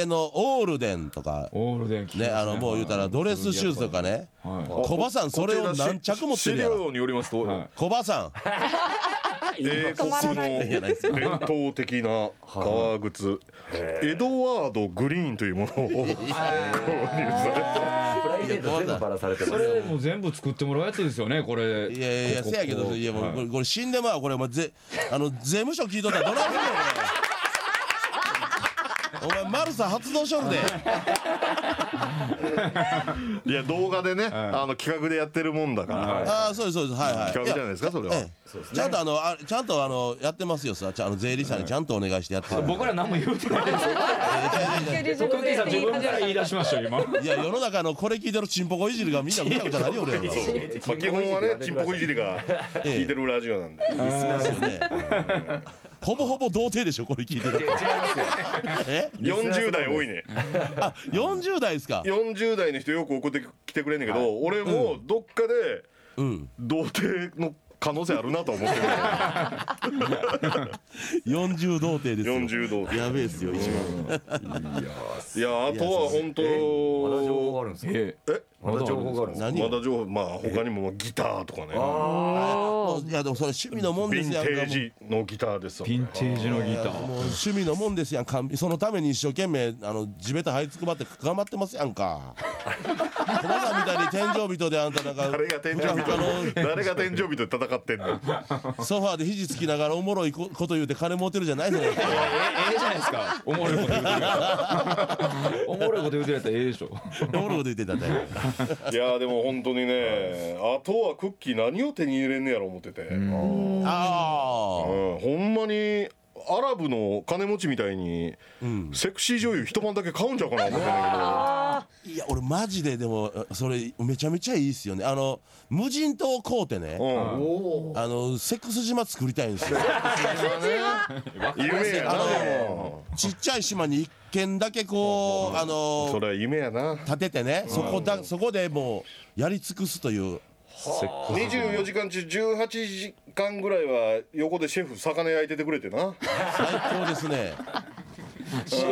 Speaker 5: のオールデンとか
Speaker 3: オールデン
Speaker 5: ねあのもう言うたらドレスシューズとかね小バさんそれを何着持ってるや
Speaker 1: 資
Speaker 5: ろ
Speaker 1: 料によりますと、
Speaker 3: はい
Speaker 5: 小バさん
Speaker 1: 英国の伝統的な革靴エドワード・グリーンというものを購 入さ
Speaker 2: プライベート全部バラされてま
Speaker 3: そ
Speaker 2: す
Speaker 3: れもう全部作ってもらうやつですよねこれ
Speaker 5: いやいや
Speaker 3: ここ
Speaker 5: せやけどいやもうこれこれ死んでまうこれお前ぜあの税務署聞いとったらどない すんねんお前お前マルサ発動しとるで
Speaker 1: れていや動画でねあの企画でやってるもんだから
Speaker 5: ああそうですそうですはいはい
Speaker 1: 企画じゃないですかそれは
Speaker 5: ええちゃんとあのあちゃんとあのやってますよさちゃんあの税理士さんにちゃんとお願いしてやってる
Speaker 3: 僕ら何も言うてないです
Speaker 4: 自
Speaker 3: 関係者自分から言い出しましたよ今
Speaker 5: いや世の中のこれ聞いてるチンポコいじりがみんな見たことないよ俺らは
Speaker 1: そうまあ基本はねチンポコいじりが聞いてるラジオ なんで
Speaker 5: ほぼほぼ童貞でしょこれ聞いてるえ
Speaker 1: 40代多いね
Speaker 5: あ40代ですか
Speaker 1: 40代の人よく送ってきてくれんねんけど俺もどっかで
Speaker 5: うん
Speaker 1: 童貞の可能性あるなと思ってる
Speaker 5: 40童貞ですよ
Speaker 1: 40童貞
Speaker 5: やべえっすよ一番
Speaker 1: いやあとは本当
Speaker 2: まだ情報があるんですか
Speaker 3: え
Speaker 1: え
Speaker 2: まだ情報があるんですか
Speaker 5: 何
Speaker 1: ま
Speaker 5: を
Speaker 1: だ情報まあ他にもまあギターとかね
Speaker 5: もういやでもそれ趣味のもん
Speaker 1: ヴィ
Speaker 5: で
Speaker 1: ン
Speaker 5: すやん
Speaker 1: テ
Speaker 5: か
Speaker 1: ージのギターですよ
Speaker 3: ヴィンテージのギタ
Speaker 5: もう
Speaker 3: ー
Speaker 5: もう趣味のもんですやんかそのために一生懸命あの地べた這いつくばって頑張ってますやんか小馬さんみたいに天井人であんたなんか
Speaker 1: 誰が天井人
Speaker 5: ふかふか
Speaker 1: 誰が天井人と戦ってん の
Speaker 5: のソファーで肘つきながらおもろいここと言うて金持ってるじゃないのよ
Speaker 3: えええじゃないですかおもろいこと言うてるやつおもろいこと言うてるやったらええでしょ
Speaker 5: おもろいこと言ってたんだよ
Speaker 1: いやーでも本当にねあとはクッキー何を手に入れんねやろ思っててうん
Speaker 5: あ
Speaker 1: ほんまにアラブの金持ちみたいに
Speaker 5: あうん
Speaker 1: セクシー女優一晩だけ買うんちゃうかな思ってんだ
Speaker 5: いや俺マジででもそれめちゃめちゃいいっすよねあの無人島買うて
Speaker 1: けど
Speaker 5: ねあのセックス島作りたいんですよ
Speaker 1: うん夢やな
Speaker 5: あの
Speaker 1: でも
Speaker 5: ちっちゃい島に一軒だけこうあ
Speaker 1: そ
Speaker 5: の
Speaker 1: れは夢やな
Speaker 5: 建ててねそこだそこでもうやり尽くすという
Speaker 1: 24時間中18時間ぐらいは横でシェフ魚焼いててくれてな
Speaker 5: 最高ですね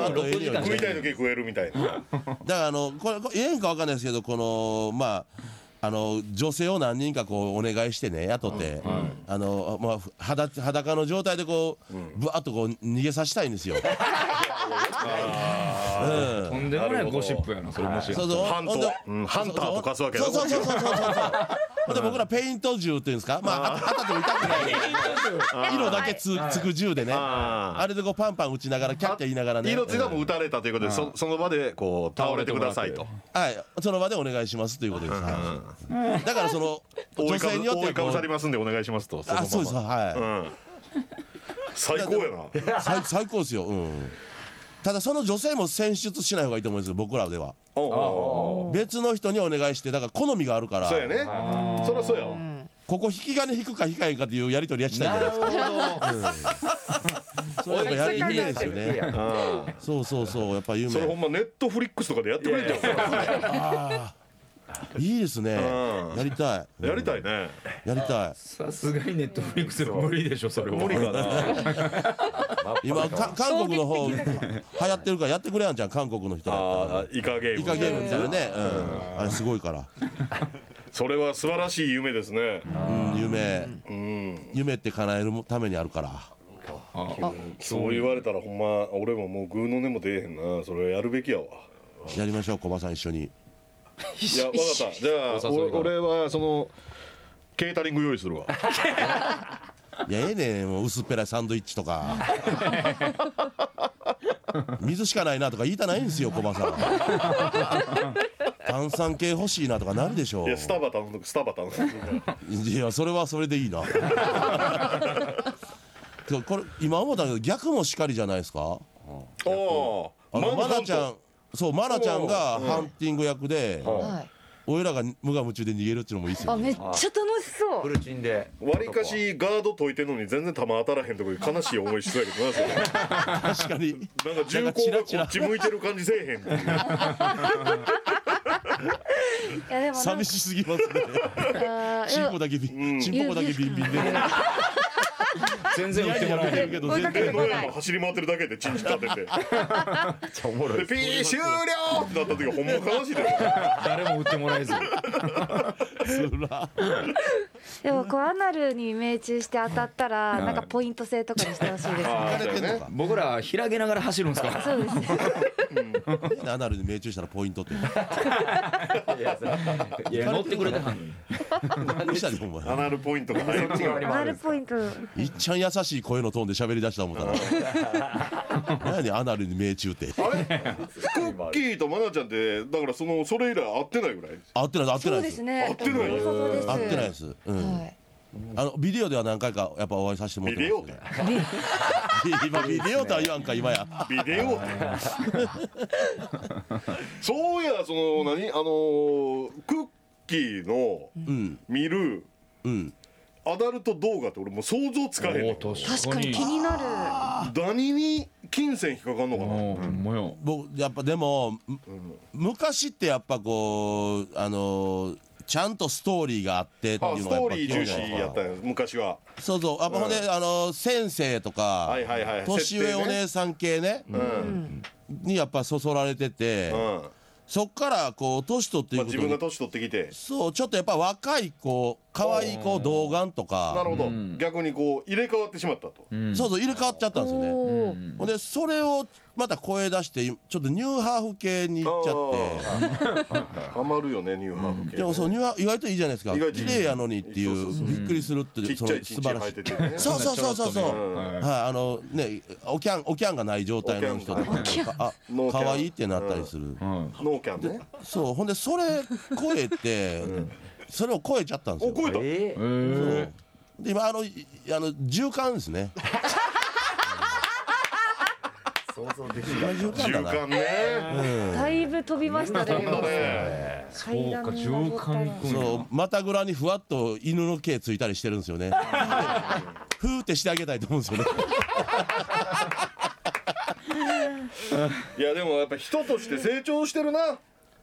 Speaker 5: あとええよね
Speaker 1: 食いたい時食えるみたいな
Speaker 5: だからあのこれこれ言えんかわかんないですけどこのまああの女性を何人かこうお願いしてね雇って、あのまあ裸裸の状態でこうぶわっとこう逃げさせたいんですよ。うん
Speaker 3: とんでもないゴシップやなそれもしや
Speaker 5: そうそう
Speaker 1: ハン
Speaker 5: ほんで
Speaker 1: ト、うんハンターと化すわけだ
Speaker 5: そうそうそう そうそうそうほんで僕らペイント銃っていうんですかまあああたとも痛くない色だけつつく銃でね
Speaker 1: あー
Speaker 5: あれでこうパンパン打ちながらキャッキャ言いながらね
Speaker 1: 命がもう撃たれたということで、そその場でこう倒れてくださいと
Speaker 5: はい、その場でお願いしますということです。はいだから その
Speaker 1: 覆
Speaker 5: 女
Speaker 1: いか
Speaker 5: 性
Speaker 1: ぶ
Speaker 5: によって
Speaker 1: 覆いか
Speaker 5: こ
Speaker 1: ぶされ
Speaker 5: う
Speaker 1: ますんでお願いしますとそのま
Speaker 5: あ、
Speaker 1: ま
Speaker 5: そうですは
Speaker 1: うん、最高やな
Speaker 5: い。最 最高ですよ。うん。ただその女性も選出しない方がいいと思うんですよ。僕らでは
Speaker 1: おうおうおう
Speaker 5: 別の人にお願いしてだから好みがあるから
Speaker 1: そうやねそりゃそうやわ
Speaker 5: ここ引き金引くか引かへんかっていうやり取りはしないじゃないですか。
Speaker 3: なるほど
Speaker 5: それやっぱやりきれないですよ
Speaker 2: い
Speaker 5: ね
Speaker 2: や
Speaker 5: そうそうそうやっぱ有
Speaker 1: それほんま
Speaker 5: 名
Speaker 1: ネットフリックスとかでやってくれんじゃん
Speaker 5: いいですね
Speaker 1: うん
Speaker 5: やりたい
Speaker 1: やりたいね
Speaker 5: やりたい
Speaker 3: さすがにネットフリックス無理でしょそれは
Speaker 1: 無理かな
Speaker 5: 今か韓国の方流行ってるからやってくれやんじゃん韓国の人だったら
Speaker 1: あーイカゲーム
Speaker 5: イカゲームみたいなね、うん、あれすごいから、
Speaker 1: それは素晴らしい夢ですね
Speaker 5: うん、夢
Speaker 1: うん
Speaker 5: 夢って叶えるためにあるから
Speaker 1: そう言われたらほんま俺ももうグーの根も出えへんなそれやるべきやわ
Speaker 5: やりましょう小バさん一緒に
Speaker 1: いやわかったじゃあ
Speaker 3: お誘いが
Speaker 1: お俺はそのケータリング用意するわ
Speaker 5: いやええねんもう薄っぺらいサンドイッチとか水しかないなとか言いたないんですよ小バさん炭酸系欲しいなとかなるでしょ
Speaker 1: いうやスタバ頼むスタバ頼む
Speaker 5: いやそれはそれでいいな そうこれ今思ったけど逆もしかりじゃないですか
Speaker 1: お
Speaker 5: あ
Speaker 1: お
Speaker 5: のマナちゃんそうマナちゃんが
Speaker 1: うん
Speaker 5: ハンティング役で、
Speaker 4: はい。
Speaker 5: 俺らが無我夢中で逃げるっていうのもいいっすよ
Speaker 4: あ
Speaker 5: ね
Speaker 4: めっちゃ楽しそ
Speaker 2: フ
Speaker 4: う。
Speaker 2: ルチンで
Speaker 1: わりかしガード解いてんのに全然弾当たらへんとこで悲しい思いしてたけどなそれ
Speaker 5: 確かに
Speaker 1: なんか重厚がこっち向いてる感じせえへんっていう
Speaker 4: いやでもなん
Speaker 5: 寂
Speaker 4: か
Speaker 5: しすぎます
Speaker 4: あ
Speaker 5: ねチン
Speaker 4: ー
Speaker 5: ポ
Speaker 4: で
Speaker 5: だけビ
Speaker 1: う
Speaker 5: ン
Speaker 1: ん
Speaker 5: チンポコだけビンビンで
Speaker 3: 全然売ってもらえない
Speaker 5: やるけど
Speaker 4: 追い
Speaker 5: 全
Speaker 4: か
Speaker 5: 然
Speaker 4: けてこ
Speaker 1: 野
Speaker 4: ない
Speaker 1: 山。走り回ってるだけでチンチ立ててで
Speaker 2: おもろい
Speaker 1: ピー終了ってなった時ほんま悲しいで
Speaker 3: 誰も売ってもらえず
Speaker 4: でもこうアナルに命中して当たったらなんかポイント制とかにしてほしいですね。
Speaker 1: あーそうやね
Speaker 3: 僕ら開けながら走るんですか
Speaker 4: そうですね。
Speaker 5: アナルに命中したらポイン トって
Speaker 3: いや乗ってくれてはんのに
Speaker 5: 何したでお
Speaker 1: ア
Speaker 5: 前
Speaker 1: ナルポイントがだいぶ違う
Speaker 4: アナルポイント。
Speaker 5: いっちゃん優しい声のトーンで喋り出した 思ったら何アナルに命中って
Speaker 1: あれクッキーとマナちゃんってだからそのそれ以来会ってないぐらい
Speaker 5: 合ってない合って
Speaker 4: そ
Speaker 5: な
Speaker 4: う
Speaker 5: いで
Speaker 4: ですすね。
Speaker 1: 合ってない
Speaker 4: ご無沙汰です。
Speaker 5: 合ってないですうん
Speaker 4: はい。
Speaker 5: あのビデオでは何回かやっぱお会いさせてもらっ
Speaker 1: ビデオってて
Speaker 5: ますね 今ビデオとは言わんか今や
Speaker 1: ビデ オってそういやその何あのークッキーの
Speaker 5: うん
Speaker 1: 見る
Speaker 5: うん
Speaker 1: アダルト動画って俺もう想像つかへんねん
Speaker 4: 確かに気になる。
Speaker 1: 何に金銭引っかかんのかな
Speaker 3: もうほんまよ
Speaker 5: 僕やっぱでもむ昔ってやっぱこうあのちゃんとストーリーがあってって
Speaker 1: あ
Speaker 5: いう
Speaker 1: ス
Speaker 5: の
Speaker 1: ト
Speaker 5: がやっ
Speaker 1: ー
Speaker 5: ぱ
Speaker 1: リー
Speaker 5: 基本
Speaker 1: 重
Speaker 5: じゃ
Speaker 1: 視
Speaker 5: ないですか
Speaker 1: やったんや昔は
Speaker 5: そうそうやっぱほんで、あの先生とか、
Speaker 1: はいはいはい
Speaker 5: 年上
Speaker 1: 設定ね
Speaker 5: お姉さん系ね、
Speaker 1: うん、
Speaker 5: にやっぱそそられてて、
Speaker 1: うん
Speaker 5: そっからこう年取ってい
Speaker 1: まあ、
Speaker 5: く
Speaker 1: 自
Speaker 5: と、
Speaker 1: 分が年取ってきて
Speaker 5: そうちょっとやっぱ若い子可愛い子童顔と
Speaker 1: な
Speaker 5: か
Speaker 1: るほど、逆にこう入れ替わってしまったと、
Speaker 5: そうそう入れ替わっちゃったんですよね
Speaker 4: おお。
Speaker 5: ほんでそれをまた声出してちょっとニューハーフ系に行っちゃって
Speaker 1: ハマるよねニューハーフ系
Speaker 5: でもそうニューハーフ意外といいじゃないですか
Speaker 1: 意外とい
Speaker 5: 綺
Speaker 1: い
Speaker 5: 麗やのにってい
Speaker 1: そう
Speaker 5: う
Speaker 1: そうそう
Speaker 5: びっくりするって
Speaker 1: ちっ
Speaker 5: そ
Speaker 1: ちゃ
Speaker 5: の
Speaker 1: いチンチン生えててね
Speaker 5: そうそうそうそうそう
Speaker 1: うん
Speaker 5: はいあのねおキャンおキャンがない状態の人とか
Speaker 1: おキ
Speaker 5: あ
Speaker 1: ノーキャン
Speaker 5: 可愛いってなったりす
Speaker 3: う
Speaker 5: る
Speaker 3: ん
Speaker 1: ノーキャンね
Speaker 5: そうほんでそれ超えてそれを超えちゃったんです
Speaker 1: お超
Speaker 5: よ
Speaker 1: えた、
Speaker 2: えー
Speaker 5: そうで今あのいあの循環で すね想像できな
Speaker 1: 中
Speaker 5: い
Speaker 1: 間ね、
Speaker 4: だいぶ飛びました
Speaker 1: 飛んだ
Speaker 4: ね。
Speaker 1: ね
Speaker 4: 階段に
Speaker 3: そう
Speaker 4: 登
Speaker 3: か
Speaker 4: っ
Speaker 3: 上官に
Speaker 4: たら
Speaker 3: 行くんや
Speaker 5: そう股ぐらにふわっと犬の毛ついたりしてるんで すよねふーってしてあげたいと思うんですよね
Speaker 1: いやでもやっぱ人として成長してるな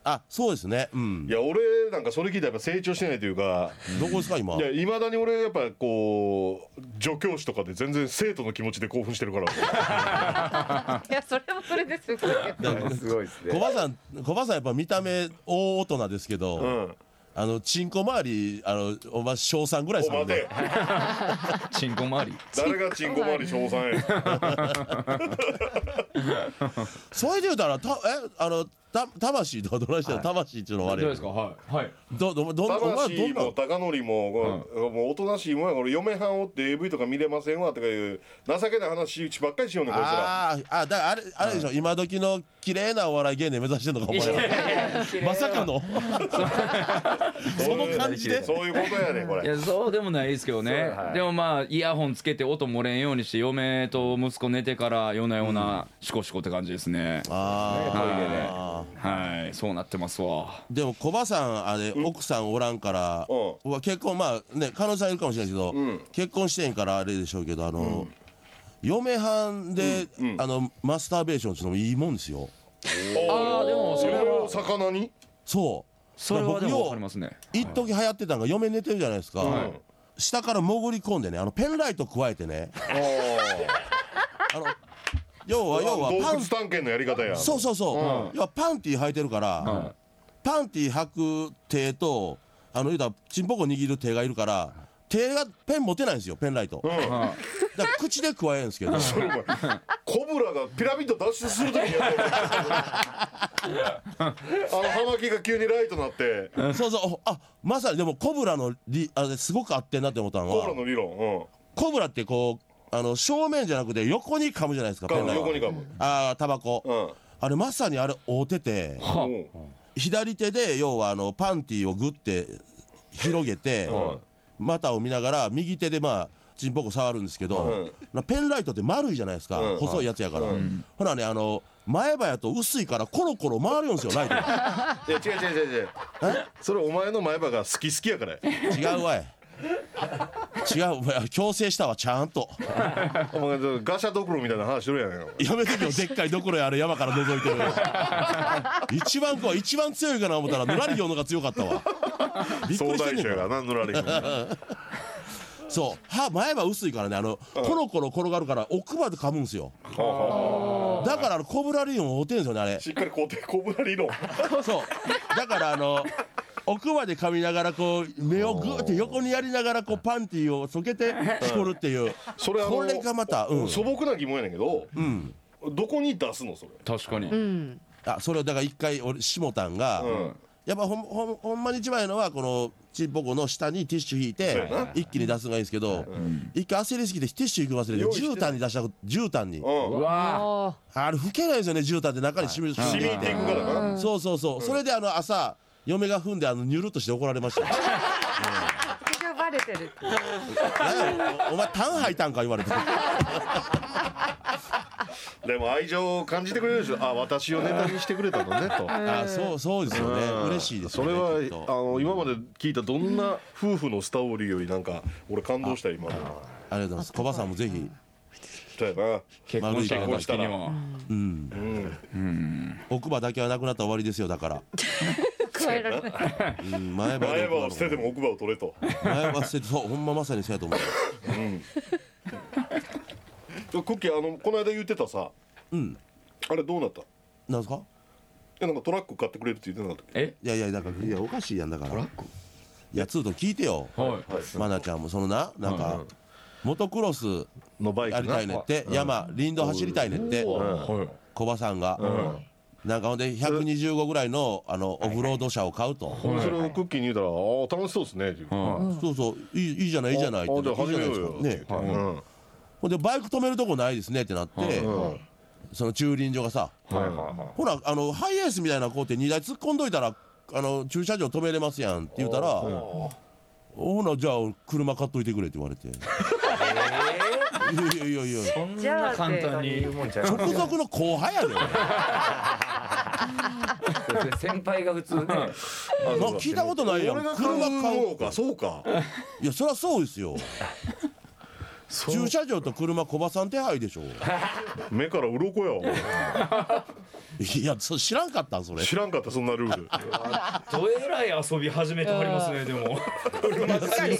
Speaker 5: あそうですねうん
Speaker 1: いや俺なんかそれ聞いたらやっぱ成長してないというか
Speaker 5: どこですか今
Speaker 1: いやいまだに俺やっぱこう助教師とかで全然生徒の気持ちで興奮してるから
Speaker 4: いやそれもそれですごい。
Speaker 2: すごいです
Speaker 5: 小
Speaker 2: ね
Speaker 5: バさん小バさんやっぱ見た目大大人ですけど、
Speaker 1: うん
Speaker 5: あのチンコ周りあのお前小三ぐらいで
Speaker 1: お
Speaker 5: すも
Speaker 1: 待
Speaker 5: ん
Speaker 1: て
Speaker 5: ね
Speaker 3: チンコ周り
Speaker 1: 誰がチンコ周り称賛や
Speaker 5: それで言うたらたえあのた魂とはどないしたら魂っていうのはあれ
Speaker 3: どうですかはいはい
Speaker 5: どどどんなお前ど
Speaker 1: 魂
Speaker 5: んな
Speaker 1: も高則もこうもうおとなしいもんや俺嫁はんおって AV とか見れませんわとかいう情けない話ばっかりしようねこいつら
Speaker 5: あーあだからあれあれでしょ、今時の綺麗なお笑い芸人目指してんのかお前はまさかのその感じで
Speaker 1: そういうことやねこ
Speaker 3: い
Speaker 1: れ
Speaker 3: やそうでもないですけどね、
Speaker 2: そうはい
Speaker 3: でもまあイヤホンつけて音漏れんようにして嫁と息子寝てから夜な夜なシコシコって感じですね、はい
Speaker 5: あ
Speaker 3: はいそうなってますわ
Speaker 5: ーでもコバさんあれ奥さんおらんから、
Speaker 1: う
Speaker 5: うわ結婚まあね彼女さんいるかもしれないけど、結婚してんからあれでしょうけどあの、嫁はんで、あのマスターベーションっていうのもいいもんですよ
Speaker 3: ああでも
Speaker 1: そ
Speaker 3: それ
Speaker 1: れ
Speaker 3: は
Speaker 1: を魚に
Speaker 5: そう
Speaker 3: それはで
Speaker 5: 僕よ
Speaker 3: も
Speaker 5: う
Speaker 3: 分かりますね
Speaker 5: 一時流行ってたのが嫁寝てるじゃないですか、
Speaker 1: はい
Speaker 5: 下から潜り込んでねあのペンライト加えてね
Speaker 1: ああ
Speaker 5: あの要は要は
Speaker 1: 洞
Speaker 5: パン
Speaker 1: 窟探検のやり方や
Speaker 5: そうそうそう、要はパンティー履いてるから、パンティー履く手とあの言うたらチンポコ握る手がいるから手がペン持てないんですよペンライト、だから口で加えるんですけど
Speaker 1: それお前コブラがピラミッド脱出するときにや ったあの葉巻が急にライトなって
Speaker 5: そうそうあまさにでもコブラのりあれすごく合ってんなって思ったの
Speaker 1: コブラ
Speaker 5: は
Speaker 1: の理論
Speaker 5: コブラってこうあの正面じゃなくて横に噛むじゃないですか
Speaker 1: うん
Speaker 5: ペンライト
Speaker 1: 横に噛む
Speaker 5: ああタバコ、
Speaker 1: うん
Speaker 5: あれまさにあれ合うてて
Speaker 1: うん
Speaker 5: 左手で要はあのパンティーをグッて広げて、
Speaker 1: は
Speaker 5: 股を見ながら右手でまあチンポコ触るんですけど、なペンライトって丸いじゃないですか、
Speaker 1: うん
Speaker 5: 細いやつやから、ほらねあの前歯やと薄いからコロコロ回るんですよライトが
Speaker 1: いや違う違う違う違うそれお前の前歯が好き好きやからや
Speaker 5: 違うわい違うお前矯正したわちゃんと
Speaker 1: お前ガシャドクロみたいな話しろやねんお前
Speaker 5: やめてけよでっかいどころやあれ山から覗いてる一番怖い一番強いかな思ったらぬらりひょんのが強かったわびっく
Speaker 1: 総
Speaker 5: り
Speaker 1: 大
Speaker 5: してんね
Speaker 1: 将
Speaker 5: んか
Speaker 1: やかららなんのられへん
Speaker 5: そう歯前歯薄いからねあのコロコロ転がるから奥まで噛むんですよだからあのコブラリオンを追ってんですよねあ れ
Speaker 1: しっかりこうてコブラ理論
Speaker 5: そうだからあの奥まで噛みながらこう目をグーって横にやりながらこうパンティーをそけてしこるっていう
Speaker 1: それあの
Speaker 5: これがまたうん
Speaker 1: 素朴な疑問やねんけどどこに出すのそれ
Speaker 3: 確かに、
Speaker 4: うん。
Speaker 5: あそれをだから一回俺下田が
Speaker 1: うん
Speaker 5: やっぱほんほんほんまに一番やのはこのちんぽこの下にティッシュ引いて
Speaker 1: そうやな
Speaker 5: 一気に出すのがいいんですけど一回焦りすぎてティッシュ行くの忘れて
Speaker 1: 用意して
Speaker 5: 絨毯に出した絨毯に
Speaker 1: うん
Speaker 3: わ
Speaker 4: あ
Speaker 5: あれ拭けないですよね絨毯って中に染みる
Speaker 1: 染みていくからな
Speaker 5: そうそうそう、それであの朝嫁が踏んであのニュルっとして怒られま したよ
Speaker 4: あ。手がバレてる。
Speaker 5: なんやおお前タン吐いたんか言われて
Speaker 1: でも愛情を感じてくれるでしょあ私をネタにしてくれたのねと
Speaker 5: あそうそうです よね嬉しいです
Speaker 1: そ
Speaker 5: よ
Speaker 1: れは
Speaker 5: ねきっと
Speaker 1: あの今まで聞いたどんな夫婦のストーリーよりなんか俺感動した今の
Speaker 5: ありがとうございます小バさんもぜひ
Speaker 1: そうやな
Speaker 3: 結婚した
Speaker 1: 丸い結婚した
Speaker 3: 暁
Speaker 1: ら
Speaker 3: には
Speaker 5: 奥歯だけはなくなったら終わりですよだから、
Speaker 4: 加えられない。
Speaker 5: うん、前歯で
Speaker 1: 前歯を捨てても奥歯を取れと
Speaker 5: 前歯捨ててそうほんままさにそうやと思う
Speaker 1: クッキーあのこの間言ってたさ
Speaker 5: うん
Speaker 1: あれどうなったい
Speaker 5: なんですか
Speaker 1: やなんかトラック買ってくれるって言ってなかったっ
Speaker 3: え
Speaker 5: いやいやだからいやおかしいやんだからトラックいやツーと聞いてよ
Speaker 3: はい
Speaker 5: マナちゃんもそのななんか、モトクロス
Speaker 1: けのバイ
Speaker 5: や
Speaker 1: ク
Speaker 5: り
Speaker 1: な
Speaker 5: たいねって、山林道走りたいねって、
Speaker 3: はい
Speaker 5: 小バさんが、なんかほんで125ぐらいのあのオフロード車を買うと、
Speaker 1: それをクッキーに言うたら「あー楽しそうですね」って言う
Speaker 3: は
Speaker 5: そうそういいいいじゃないいいじゃないって
Speaker 1: あじゃあ
Speaker 5: いい
Speaker 1: 始
Speaker 5: じゃ
Speaker 1: め
Speaker 5: な
Speaker 1: よ
Speaker 5: いで
Speaker 1: う
Speaker 5: す
Speaker 1: よ
Speaker 5: か
Speaker 1: って言っ
Speaker 5: ね
Speaker 1: てうん
Speaker 5: ほんでバイク止めるとこないですねってなって、その駐輪場がさ、ほらあのハイエースみたいなこうって荷台突っ込んどいたらあの駐車場止めれますやんって言ったら、ほなじゃあ車買っといてくれって言われ て。いやいやいやいや
Speaker 3: い
Speaker 4: じゃあ
Speaker 3: そんな簡単に
Speaker 5: 直属の後輩やで、ね、
Speaker 2: 先輩が普通ね
Speaker 1: あそうか
Speaker 5: 聞いたことないやん
Speaker 1: 俺が買
Speaker 5: 車
Speaker 1: う
Speaker 5: 買う
Speaker 1: のかそうか
Speaker 5: いやそりゃそうですよ駐車場と車小バさん手配でしょ
Speaker 1: 目から鱗やわ
Speaker 5: いやそ知らんかったんそれ
Speaker 1: 知らんかったそんなルール
Speaker 3: どえらい遊び始めてはりますねでもそ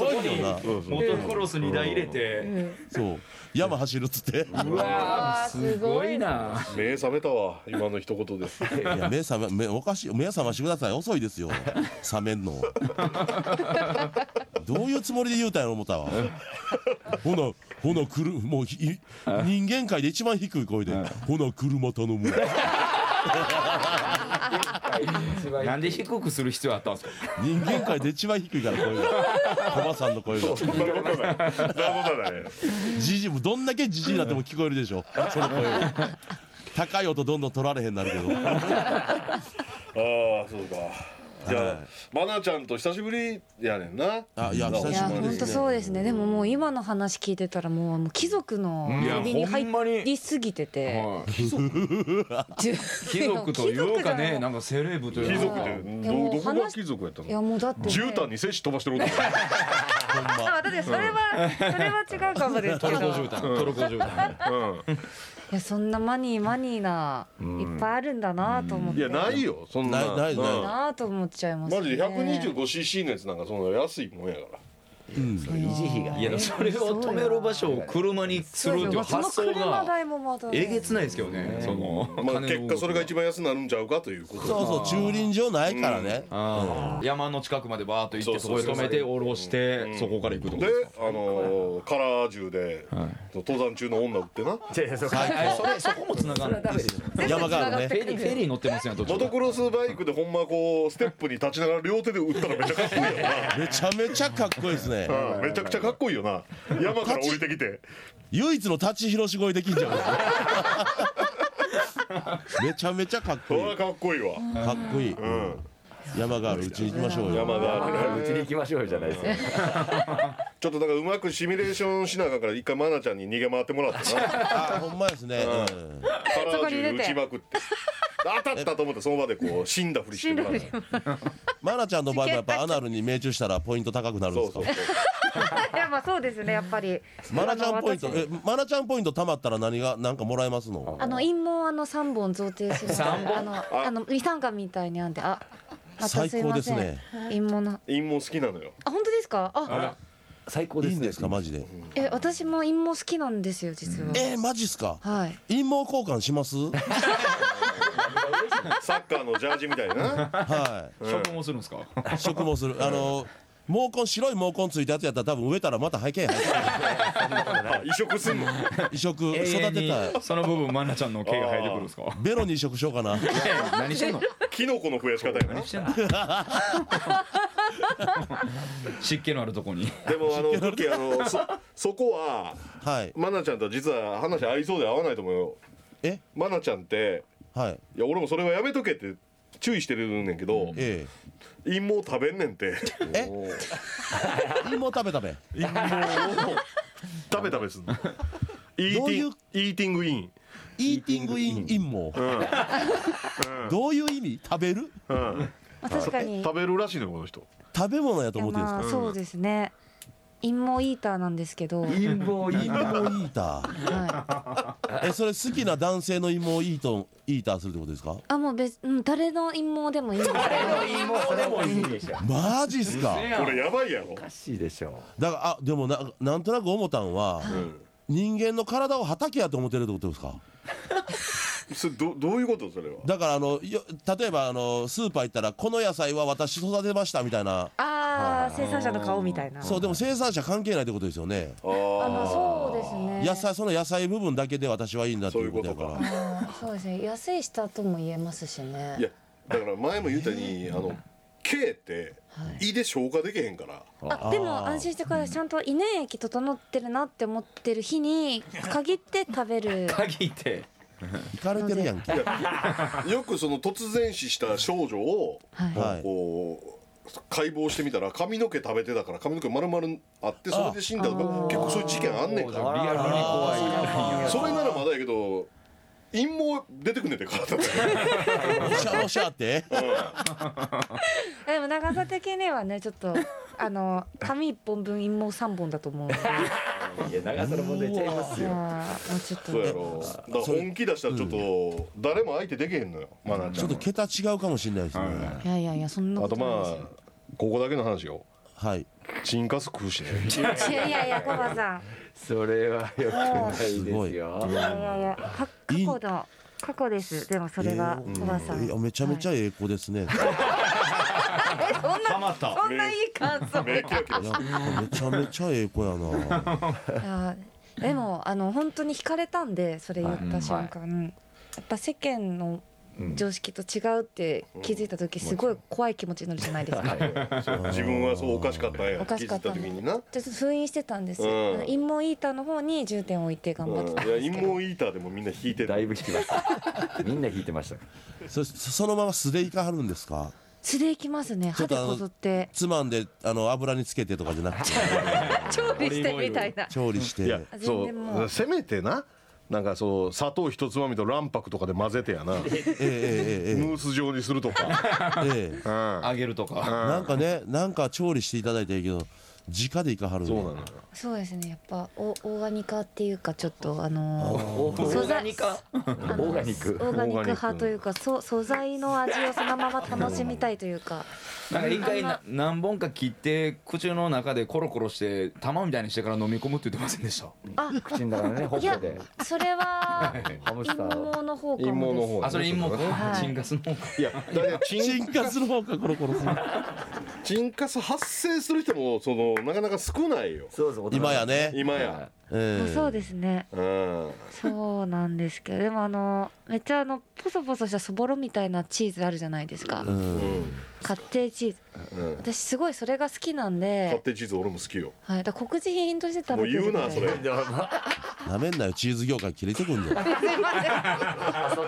Speaker 3: こにモトクロスに台入れて
Speaker 5: そう山走るっつって
Speaker 3: うわー
Speaker 4: すごい
Speaker 3: な
Speaker 1: 目覚めたわ今の一言で
Speaker 5: いや目覚め目おかしい目覚ましてください遅いですよ覚めんのどういうつもりで言うたんやろ思ったわほなほなくるもうひい人間界で一番低い声で「ほな車頼むわ」
Speaker 3: なんで低くする必要あったんですか
Speaker 5: 人間界で一番低いから声が小バさんの声が
Speaker 1: そんなことないそんなことない
Speaker 5: じじもどんだけじじいになっても聞こえるでし ょその声が高い音どんどん取られへんなるけど
Speaker 1: ああそうかじゃあマナちゃんと久しぶりやねんな
Speaker 5: あいや
Speaker 1: な
Speaker 5: 久
Speaker 4: い
Speaker 5: し
Speaker 4: や
Speaker 5: ぶり
Speaker 4: 本当そうですねでももう今の話聞いてたらもうもう貴族の遊びに
Speaker 3: いやほんまに
Speaker 4: 入りすぎてて
Speaker 3: 貴
Speaker 4: 貴
Speaker 3: 族というかねなんかセレブという
Speaker 1: 貴
Speaker 3: か
Speaker 1: 族ってど
Speaker 4: いやもう
Speaker 1: どこが
Speaker 4: 話
Speaker 1: 貴族やった
Speaker 4: いや
Speaker 1: の
Speaker 4: もうだってね
Speaker 1: 絨毯に精子飛ばしてる男
Speaker 5: ほんま
Speaker 4: 私それはそれは違うかもです
Speaker 3: ト
Speaker 4: け
Speaker 3: ルコ
Speaker 4: ど
Speaker 3: 絨毯トルコ絨
Speaker 1: う
Speaker 3: 毯
Speaker 4: いやそんなマニーマニーな、いっぱいあるんだなと思っ
Speaker 1: んい
Speaker 4: て
Speaker 1: やないよそんな
Speaker 5: ないないない
Speaker 1: うん
Speaker 4: なあと思っちゃいますね
Speaker 1: マジで 125cc のやつなんかそんな安いもんやから
Speaker 2: 維持費が
Speaker 3: いやそれを止める場所を車にするっていう
Speaker 4: そ
Speaker 3: 発想
Speaker 4: うよその車
Speaker 3: が
Speaker 4: 代もまだ
Speaker 3: えげつないですけどねその
Speaker 1: まあ結果それが
Speaker 3: 番
Speaker 1: 一番安になるんちゃうかということ
Speaker 5: そうそう駐輪場ないからね、
Speaker 3: あー山の近くまでバーッと行ってそ
Speaker 1: そ
Speaker 3: こ
Speaker 1: う
Speaker 3: で
Speaker 1: そうそう
Speaker 3: 止めて下ろしてそこから行くと
Speaker 1: であのーカラー銃で登山中の女売ってな
Speaker 2: 違う違うそう
Speaker 5: 最高
Speaker 3: それそこもつながる
Speaker 2: ダメです
Speaker 5: 山があるね
Speaker 3: フェリーフェリー乗ってますやん途
Speaker 1: モ
Speaker 3: 中
Speaker 1: トクロスバイクでほんまこうステップに立ちながら両手で打ったらめちゃかっこいいよ
Speaker 5: めちゃめちゃかっこいいですね
Speaker 1: なうんめちゃくちゃかっこいいよな山から降りてきて
Speaker 5: 唯一の立ち広し声できん じゃんめちゃめちゃかっ
Speaker 1: そ
Speaker 5: こいい
Speaker 1: りゃかっこいいわ
Speaker 5: かっこいい、
Speaker 1: うん
Speaker 5: 山があるうちに行きましょうよ
Speaker 1: 山がある
Speaker 2: うちに行きましょうよじゃないですよ
Speaker 1: ちょっとだからうまくシミュレーションしながら一回マナちゃんに逃げ回ってもらってな カ
Speaker 5: あほんまですね、うん
Speaker 1: ラ
Speaker 4: そ
Speaker 1: ー
Speaker 4: こに
Speaker 1: 銃
Speaker 4: 入れて
Speaker 1: 撃ちまくって当たったと思ってその場でこう死んだふりしてもらう
Speaker 5: マナちゃんの場合はやっぱアナルに命中したらポイント高くなるん
Speaker 1: そ
Speaker 5: で
Speaker 1: う
Speaker 5: すか
Speaker 1: そうそう
Speaker 4: いやまあそうですねやっぱり
Speaker 5: マナちゃんポイント
Speaker 4: あの私
Speaker 5: えマナちゃんポイント貯まったら何がなんかもらえますの
Speaker 4: あの陰謀あの三本贈呈する
Speaker 3: 三本
Speaker 4: あのあの二三巻みたいにあんであまたすいま
Speaker 5: 最
Speaker 4: せん
Speaker 5: 高ですね
Speaker 4: 陰謀の
Speaker 1: 陰謀好きなのよ
Speaker 4: あ本当ですかあ
Speaker 2: 最高
Speaker 5: い
Speaker 2: で
Speaker 5: い
Speaker 2: す
Speaker 5: ん
Speaker 2: ね
Speaker 5: ですかマジで
Speaker 4: え私も陰謀好きなんですよ実は、
Speaker 5: えー、マジっすか
Speaker 4: はい
Speaker 5: 陰謀交換します
Speaker 1: サッカーのジャージみたいな
Speaker 5: は
Speaker 3: 食もするんですか
Speaker 5: い食もするあの毛根白い毛根ついたやつやったら多分植えたらまた背景入って
Speaker 1: あ移植すんの
Speaker 5: 移植
Speaker 3: 永
Speaker 5: 育
Speaker 3: 遠
Speaker 5: て
Speaker 3: に
Speaker 5: たい
Speaker 3: その部分マナちゃんの毛が生えてくるんですか
Speaker 5: ベロに移植しようかな
Speaker 3: 何してんの
Speaker 1: キノコの増やし方やな
Speaker 3: 何してんの 湿気のあるとこに
Speaker 1: でもあのクッキーあのそそこは
Speaker 5: はい
Speaker 1: マナちゃんとは実は話合いそうで合わないと思うよ
Speaker 5: え
Speaker 1: マナちゃんって
Speaker 5: はい
Speaker 1: いや俺もそれはやめとけって注意してるんねんけど、
Speaker 5: え
Speaker 1: 陰謀食べんねんって
Speaker 5: ええ陰謀食べ食べ
Speaker 1: 陰謀を食べ食べすんのイーテ
Speaker 5: どうい
Speaker 1: ィ
Speaker 5: う
Speaker 1: ングイーティングイン
Speaker 5: イーティングイン陰謀
Speaker 1: うん、
Speaker 5: どういう意味食べる
Speaker 1: うん、
Speaker 4: まあ確かにい
Speaker 1: 食べるらしいのよこの人
Speaker 5: 食べ物やと
Speaker 4: や
Speaker 5: 思ってるん
Speaker 4: ま
Speaker 5: ですか
Speaker 4: あそうですね陰謀イーターなんですけど、はい、
Speaker 2: 陰謀いい
Speaker 5: 陰謀イーターえそれ好きな男性の陰謀イートイーターするってことですか
Speaker 4: あもう別うん誰の陰謀でもいいん です
Speaker 2: 陰謀それもいいでしょ
Speaker 5: マジっすか
Speaker 1: これやばいやろ
Speaker 2: お、かしいでしょ
Speaker 5: だからあでもななんとなく思ったんは
Speaker 1: うん、
Speaker 5: 人間の体を畑やと思ってるってことですか
Speaker 1: それどどういうことそれは
Speaker 5: だからあのよ例えばあのスーパー行ったらこの野菜は私育てましたみたいな
Speaker 4: ああ生産者の顔みたいな
Speaker 5: そうでも生産者関係ないってことですよね
Speaker 4: あ
Speaker 1: あ
Speaker 4: のそうですね
Speaker 5: 野菜その野菜部分だけで私はいいんだっていうことやか
Speaker 1: そう
Speaker 5: ら
Speaker 1: いうこ
Speaker 4: そうですね安いしたとも言えますしね
Speaker 1: あいやだから前も言ったように、あの K って胃で消化できへんから
Speaker 4: あでも
Speaker 5: あー
Speaker 4: 安心してくださいちゃんと胃粘液整ってるなって思ってる日に限って食べ る
Speaker 3: 鍵って
Speaker 5: 行かれてるやんけ
Speaker 1: よくその突然死した少女を
Speaker 4: はい
Speaker 5: はい
Speaker 1: こう解剖してみたら髪の毛食べてたから髪の毛丸々あってそれで死んだとか
Speaker 4: あ
Speaker 1: 結構そういう事件あんねん
Speaker 3: リ
Speaker 1: か
Speaker 3: アルに怖い
Speaker 1: らそれならまだやけど陰謀出てくんねんて体で
Speaker 5: おしゃおしゃって
Speaker 4: でも長さ的にはねちょっ とあの紙一本分陰謀三本だと思うので
Speaker 2: いや長さの問題ちゃいます
Speaker 4: いや
Speaker 2: よ
Speaker 4: ーもうちょっと
Speaker 1: そうやろだから本気出したらちょっと誰も相手できへんのよまなち
Speaker 5: ち
Speaker 1: ゃ
Speaker 5: ょっ
Speaker 1: ん
Speaker 5: と
Speaker 1: は
Speaker 5: 桁違うかもしれないですね
Speaker 4: いやいやいやそんな
Speaker 1: あ
Speaker 4: こと
Speaker 1: ま
Speaker 4: ないです
Speaker 1: あここだけの話よ
Speaker 5: はい
Speaker 1: チンカス食うしね
Speaker 4: いやいやいや、コバさん。
Speaker 2: それはよくないです
Speaker 5: すごい
Speaker 2: よ
Speaker 4: いやいやいや、か過去の。過去です。でも、それは、コバさん。
Speaker 5: いやめちゃめちゃ
Speaker 4: はい
Speaker 5: ええ子ですね、
Speaker 4: え、 そん
Speaker 3: ハ
Speaker 4: な。
Speaker 3: マった
Speaker 4: そんないい感想。
Speaker 1: 目キラキラ
Speaker 5: いやめちゃめちゃええ子やな。
Speaker 4: いやでも、あの、本当に惹かれたんで、それ言った瞬間。うんやっぱ世間の。常識と違うって気づいた時すごい怖い気持ちになるじゃないですか。じゃ
Speaker 1: 自分はそうおかしかったんや
Speaker 4: おか
Speaker 1: 気
Speaker 4: し
Speaker 1: づ
Speaker 4: か
Speaker 1: い
Speaker 4: ったた
Speaker 1: 時にな
Speaker 4: あちょっと封印してたんですよ。
Speaker 1: うん
Speaker 4: あの陰謀イーターの方に重点を置いて頑張って
Speaker 1: うん
Speaker 4: たん
Speaker 1: いや
Speaker 4: です
Speaker 1: 陰
Speaker 4: けど
Speaker 1: 謀。イーターでもみんな引いて
Speaker 2: だい
Speaker 1: る
Speaker 2: ぶ引きましたみんな引いてました
Speaker 5: そそのまま素でいかはるんですか。
Speaker 4: 素でいきますね。
Speaker 5: ち
Speaker 4: 歯
Speaker 5: ょっと
Speaker 4: で
Speaker 5: あの
Speaker 4: こぞって
Speaker 5: つまんであの油につけてとかじゃなくて
Speaker 4: 調理してみたいな。
Speaker 5: 調理して。
Speaker 1: いや
Speaker 4: 全然
Speaker 1: そ
Speaker 4: も
Speaker 1: う
Speaker 4: う
Speaker 1: せめてななんかそう砂糖一つまみと卵白とかで混ぜて やなム
Speaker 5: えええ
Speaker 1: ース状にするとか、
Speaker 5: えええええ
Speaker 1: うん
Speaker 3: あげるとか
Speaker 5: なんかねなんか調理していただいたらいいけど。直で行かはるん
Speaker 1: そう
Speaker 5: で
Speaker 1: なのよ
Speaker 4: そうですねやっぱオオーガニカっていうかちょっとあのー
Speaker 2: オーガニカオ
Speaker 4: あの
Speaker 2: ーガニック
Speaker 4: オーガニック派というかそ素材の味をそのまま楽しみたいというか
Speaker 3: なんか一回な何本か切って口の中でコロコロして玉みたいにしてから飲み込むって言ってませんでした
Speaker 4: あ
Speaker 2: 口の中でねほっ
Speaker 4: いや
Speaker 2: ぺで
Speaker 4: それは
Speaker 2: ハムス
Speaker 4: 陰
Speaker 2: ター
Speaker 4: 謀の方か
Speaker 1: 陰謀の
Speaker 4: も
Speaker 1: 方
Speaker 3: あそれ芋か
Speaker 4: はい
Speaker 3: チンガスの方か
Speaker 1: いやだからチン
Speaker 5: 進化する方かコロコロする
Speaker 1: 沈活発生する人もそのなかなか少ないよ
Speaker 2: そうそう
Speaker 5: 今やね
Speaker 1: 今や、
Speaker 5: え
Speaker 4: です
Speaker 5: え
Speaker 4: そうですね
Speaker 1: うん
Speaker 4: そうなんですけどでもあのめっちゃあのポソポソしたそぼろみたいなチーズあるじゃないですか
Speaker 5: うん
Speaker 1: うん
Speaker 4: カッテージチーズ
Speaker 1: うん
Speaker 4: 私すごいそれが好きなん
Speaker 1: 勝
Speaker 4: で、
Speaker 1: 手に地図俺も好きよ
Speaker 4: はい、だから告示品として食
Speaker 1: もう
Speaker 4: べてる
Speaker 1: 言う
Speaker 4: ぐら
Speaker 1: ないそれ
Speaker 5: なめんなよチーズ業界切れてくんねん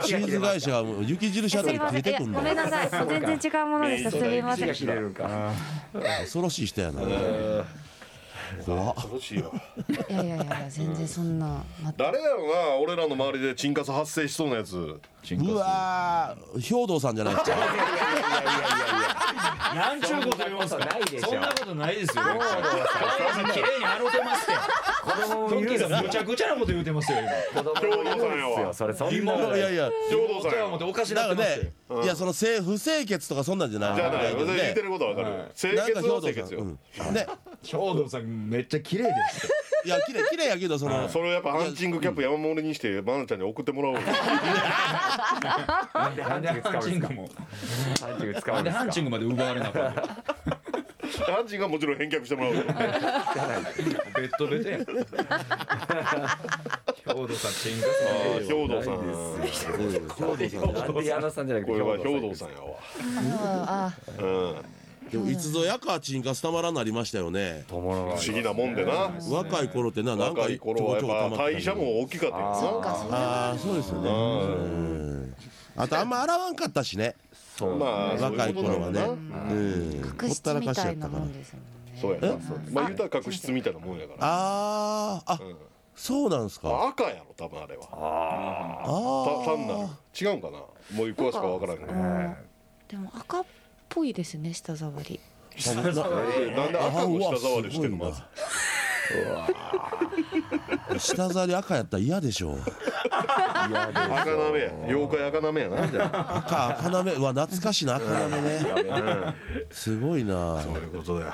Speaker 5: チーズ会社はもう雪印あた
Speaker 4: すい
Speaker 5: り
Speaker 4: ません
Speaker 5: 切れ
Speaker 4: い
Speaker 5: て
Speaker 4: や
Speaker 5: くん
Speaker 4: ごめん
Speaker 5: ね
Speaker 4: なさい全然違うものでしたすみません
Speaker 2: 切れるか
Speaker 5: ん恐ろしい人やな怖っ
Speaker 1: 楽しいよ
Speaker 4: いやいやいや全然そんなま
Speaker 1: 誰やろな俺らの周りで沈活発生しそうなやつ
Speaker 3: チン
Speaker 5: うわー兵藤さんじゃないですか
Speaker 3: なんちゅうこと言います
Speaker 2: そ
Speaker 3: か
Speaker 2: んなことないでしょ
Speaker 3: そんなことないですよレッチャー綺麗に洗うてますよ
Speaker 2: 子供
Speaker 3: ト
Speaker 2: も
Speaker 3: ッキ
Speaker 2: 言う
Speaker 3: ーさん
Speaker 2: よ
Speaker 3: むちゃくちゃなこと言うてますよ
Speaker 2: 子供も言
Speaker 1: 今
Speaker 2: うん
Speaker 1: 日のさんや
Speaker 2: ですよ
Speaker 1: わ
Speaker 2: それそんな
Speaker 5: い
Speaker 2: の
Speaker 5: やいや
Speaker 1: 浄土さん
Speaker 3: 今とは
Speaker 1: や
Speaker 3: 思っ
Speaker 1: わ
Speaker 3: ておかし
Speaker 5: だ
Speaker 3: なって
Speaker 5: から
Speaker 3: ますよ
Speaker 5: ね、いやその性不清潔とかそんなんじゃない
Speaker 1: じゃない
Speaker 5: だけど
Speaker 1: 言って
Speaker 5: ね
Speaker 1: ることはわかる清
Speaker 5: なんか
Speaker 1: 潔は清
Speaker 5: 兵藤
Speaker 1: 潔
Speaker 5: さん、
Speaker 1: よ、
Speaker 5: うん、ね
Speaker 3: 兵藤さんめっちゃ綺麗です
Speaker 5: いや綺麗綺麗やけどその
Speaker 1: それをやっぱハンチングキャップ山盛りにしてマナちゃんに送ってもらおうよ
Speaker 2: なんでハ
Speaker 3: なん
Speaker 2: ン
Speaker 3: で
Speaker 2: チング使うん
Speaker 3: ハンチン
Speaker 2: ですか
Speaker 3: グも
Speaker 2: ハンチング使う
Speaker 3: なんん
Speaker 2: で
Speaker 3: ですハン
Speaker 2: か
Speaker 3: チングまで奪われなかった
Speaker 1: ハンチングはもちろん返却してもら おうよ
Speaker 3: ベッドベッドやん兵藤さんチンガス
Speaker 1: ああ兵藤さん
Speaker 5: 兵藤さん
Speaker 2: なんで矢野さんじゃなく
Speaker 1: こ
Speaker 2: て
Speaker 1: れは
Speaker 2: 兵
Speaker 1: 兵
Speaker 2: 藤
Speaker 1: 藤
Speaker 2: さ
Speaker 1: さんやわ
Speaker 4: ああ
Speaker 1: うん不
Speaker 5: でもいつぞやかちんかスタマラになりましたよね
Speaker 2: ん友の
Speaker 1: 思議なもんでな
Speaker 5: 若い頃ってななんか
Speaker 1: 若
Speaker 5: ち
Speaker 1: い
Speaker 5: ょこ
Speaker 1: 頃は
Speaker 5: ちょこ
Speaker 1: や
Speaker 5: 溜
Speaker 1: っ
Speaker 5: ま
Speaker 1: ぱ
Speaker 5: ってたけど
Speaker 1: 代謝も大きかったよな
Speaker 4: そうかそうか
Speaker 5: ああそうですよねうんあとあんま洗わんかったしね
Speaker 2: そう
Speaker 1: まあ
Speaker 5: 若い頃
Speaker 1: そうう
Speaker 5: はね
Speaker 1: ことなんだな
Speaker 5: うんほ
Speaker 4: 角
Speaker 5: った
Speaker 4: 質
Speaker 5: ら
Speaker 4: み
Speaker 5: かしたや
Speaker 4: い
Speaker 5: っ
Speaker 4: な
Speaker 5: た
Speaker 4: も
Speaker 5: から
Speaker 4: んですもんね
Speaker 1: そうやなまあ言うたら角質みたいなもんやから
Speaker 5: あーあそうなんですか
Speaker 1: 赤やろ多分あれは
Speaker 5: あ
Speaker 1: た単な
Speaker 5: ー
Speaker 1: る違うんかなもう詳しくは分からんけど
Speaker 4: でも赤っぽいですね舌触り
Speaker 1: なんで赤を舌触りしてるのま
Speaker 5: あうわ
Speaker 1: ず
Speaker 5: す舌触り赤やったら嫌でしょ
Speaker 1: 赤なめや妖怪赤なめやなじゃあ
Speaker 5: 赤赤なめうわ懐かしいな赤なめねすごいな
Speaker 1: そういうことだよ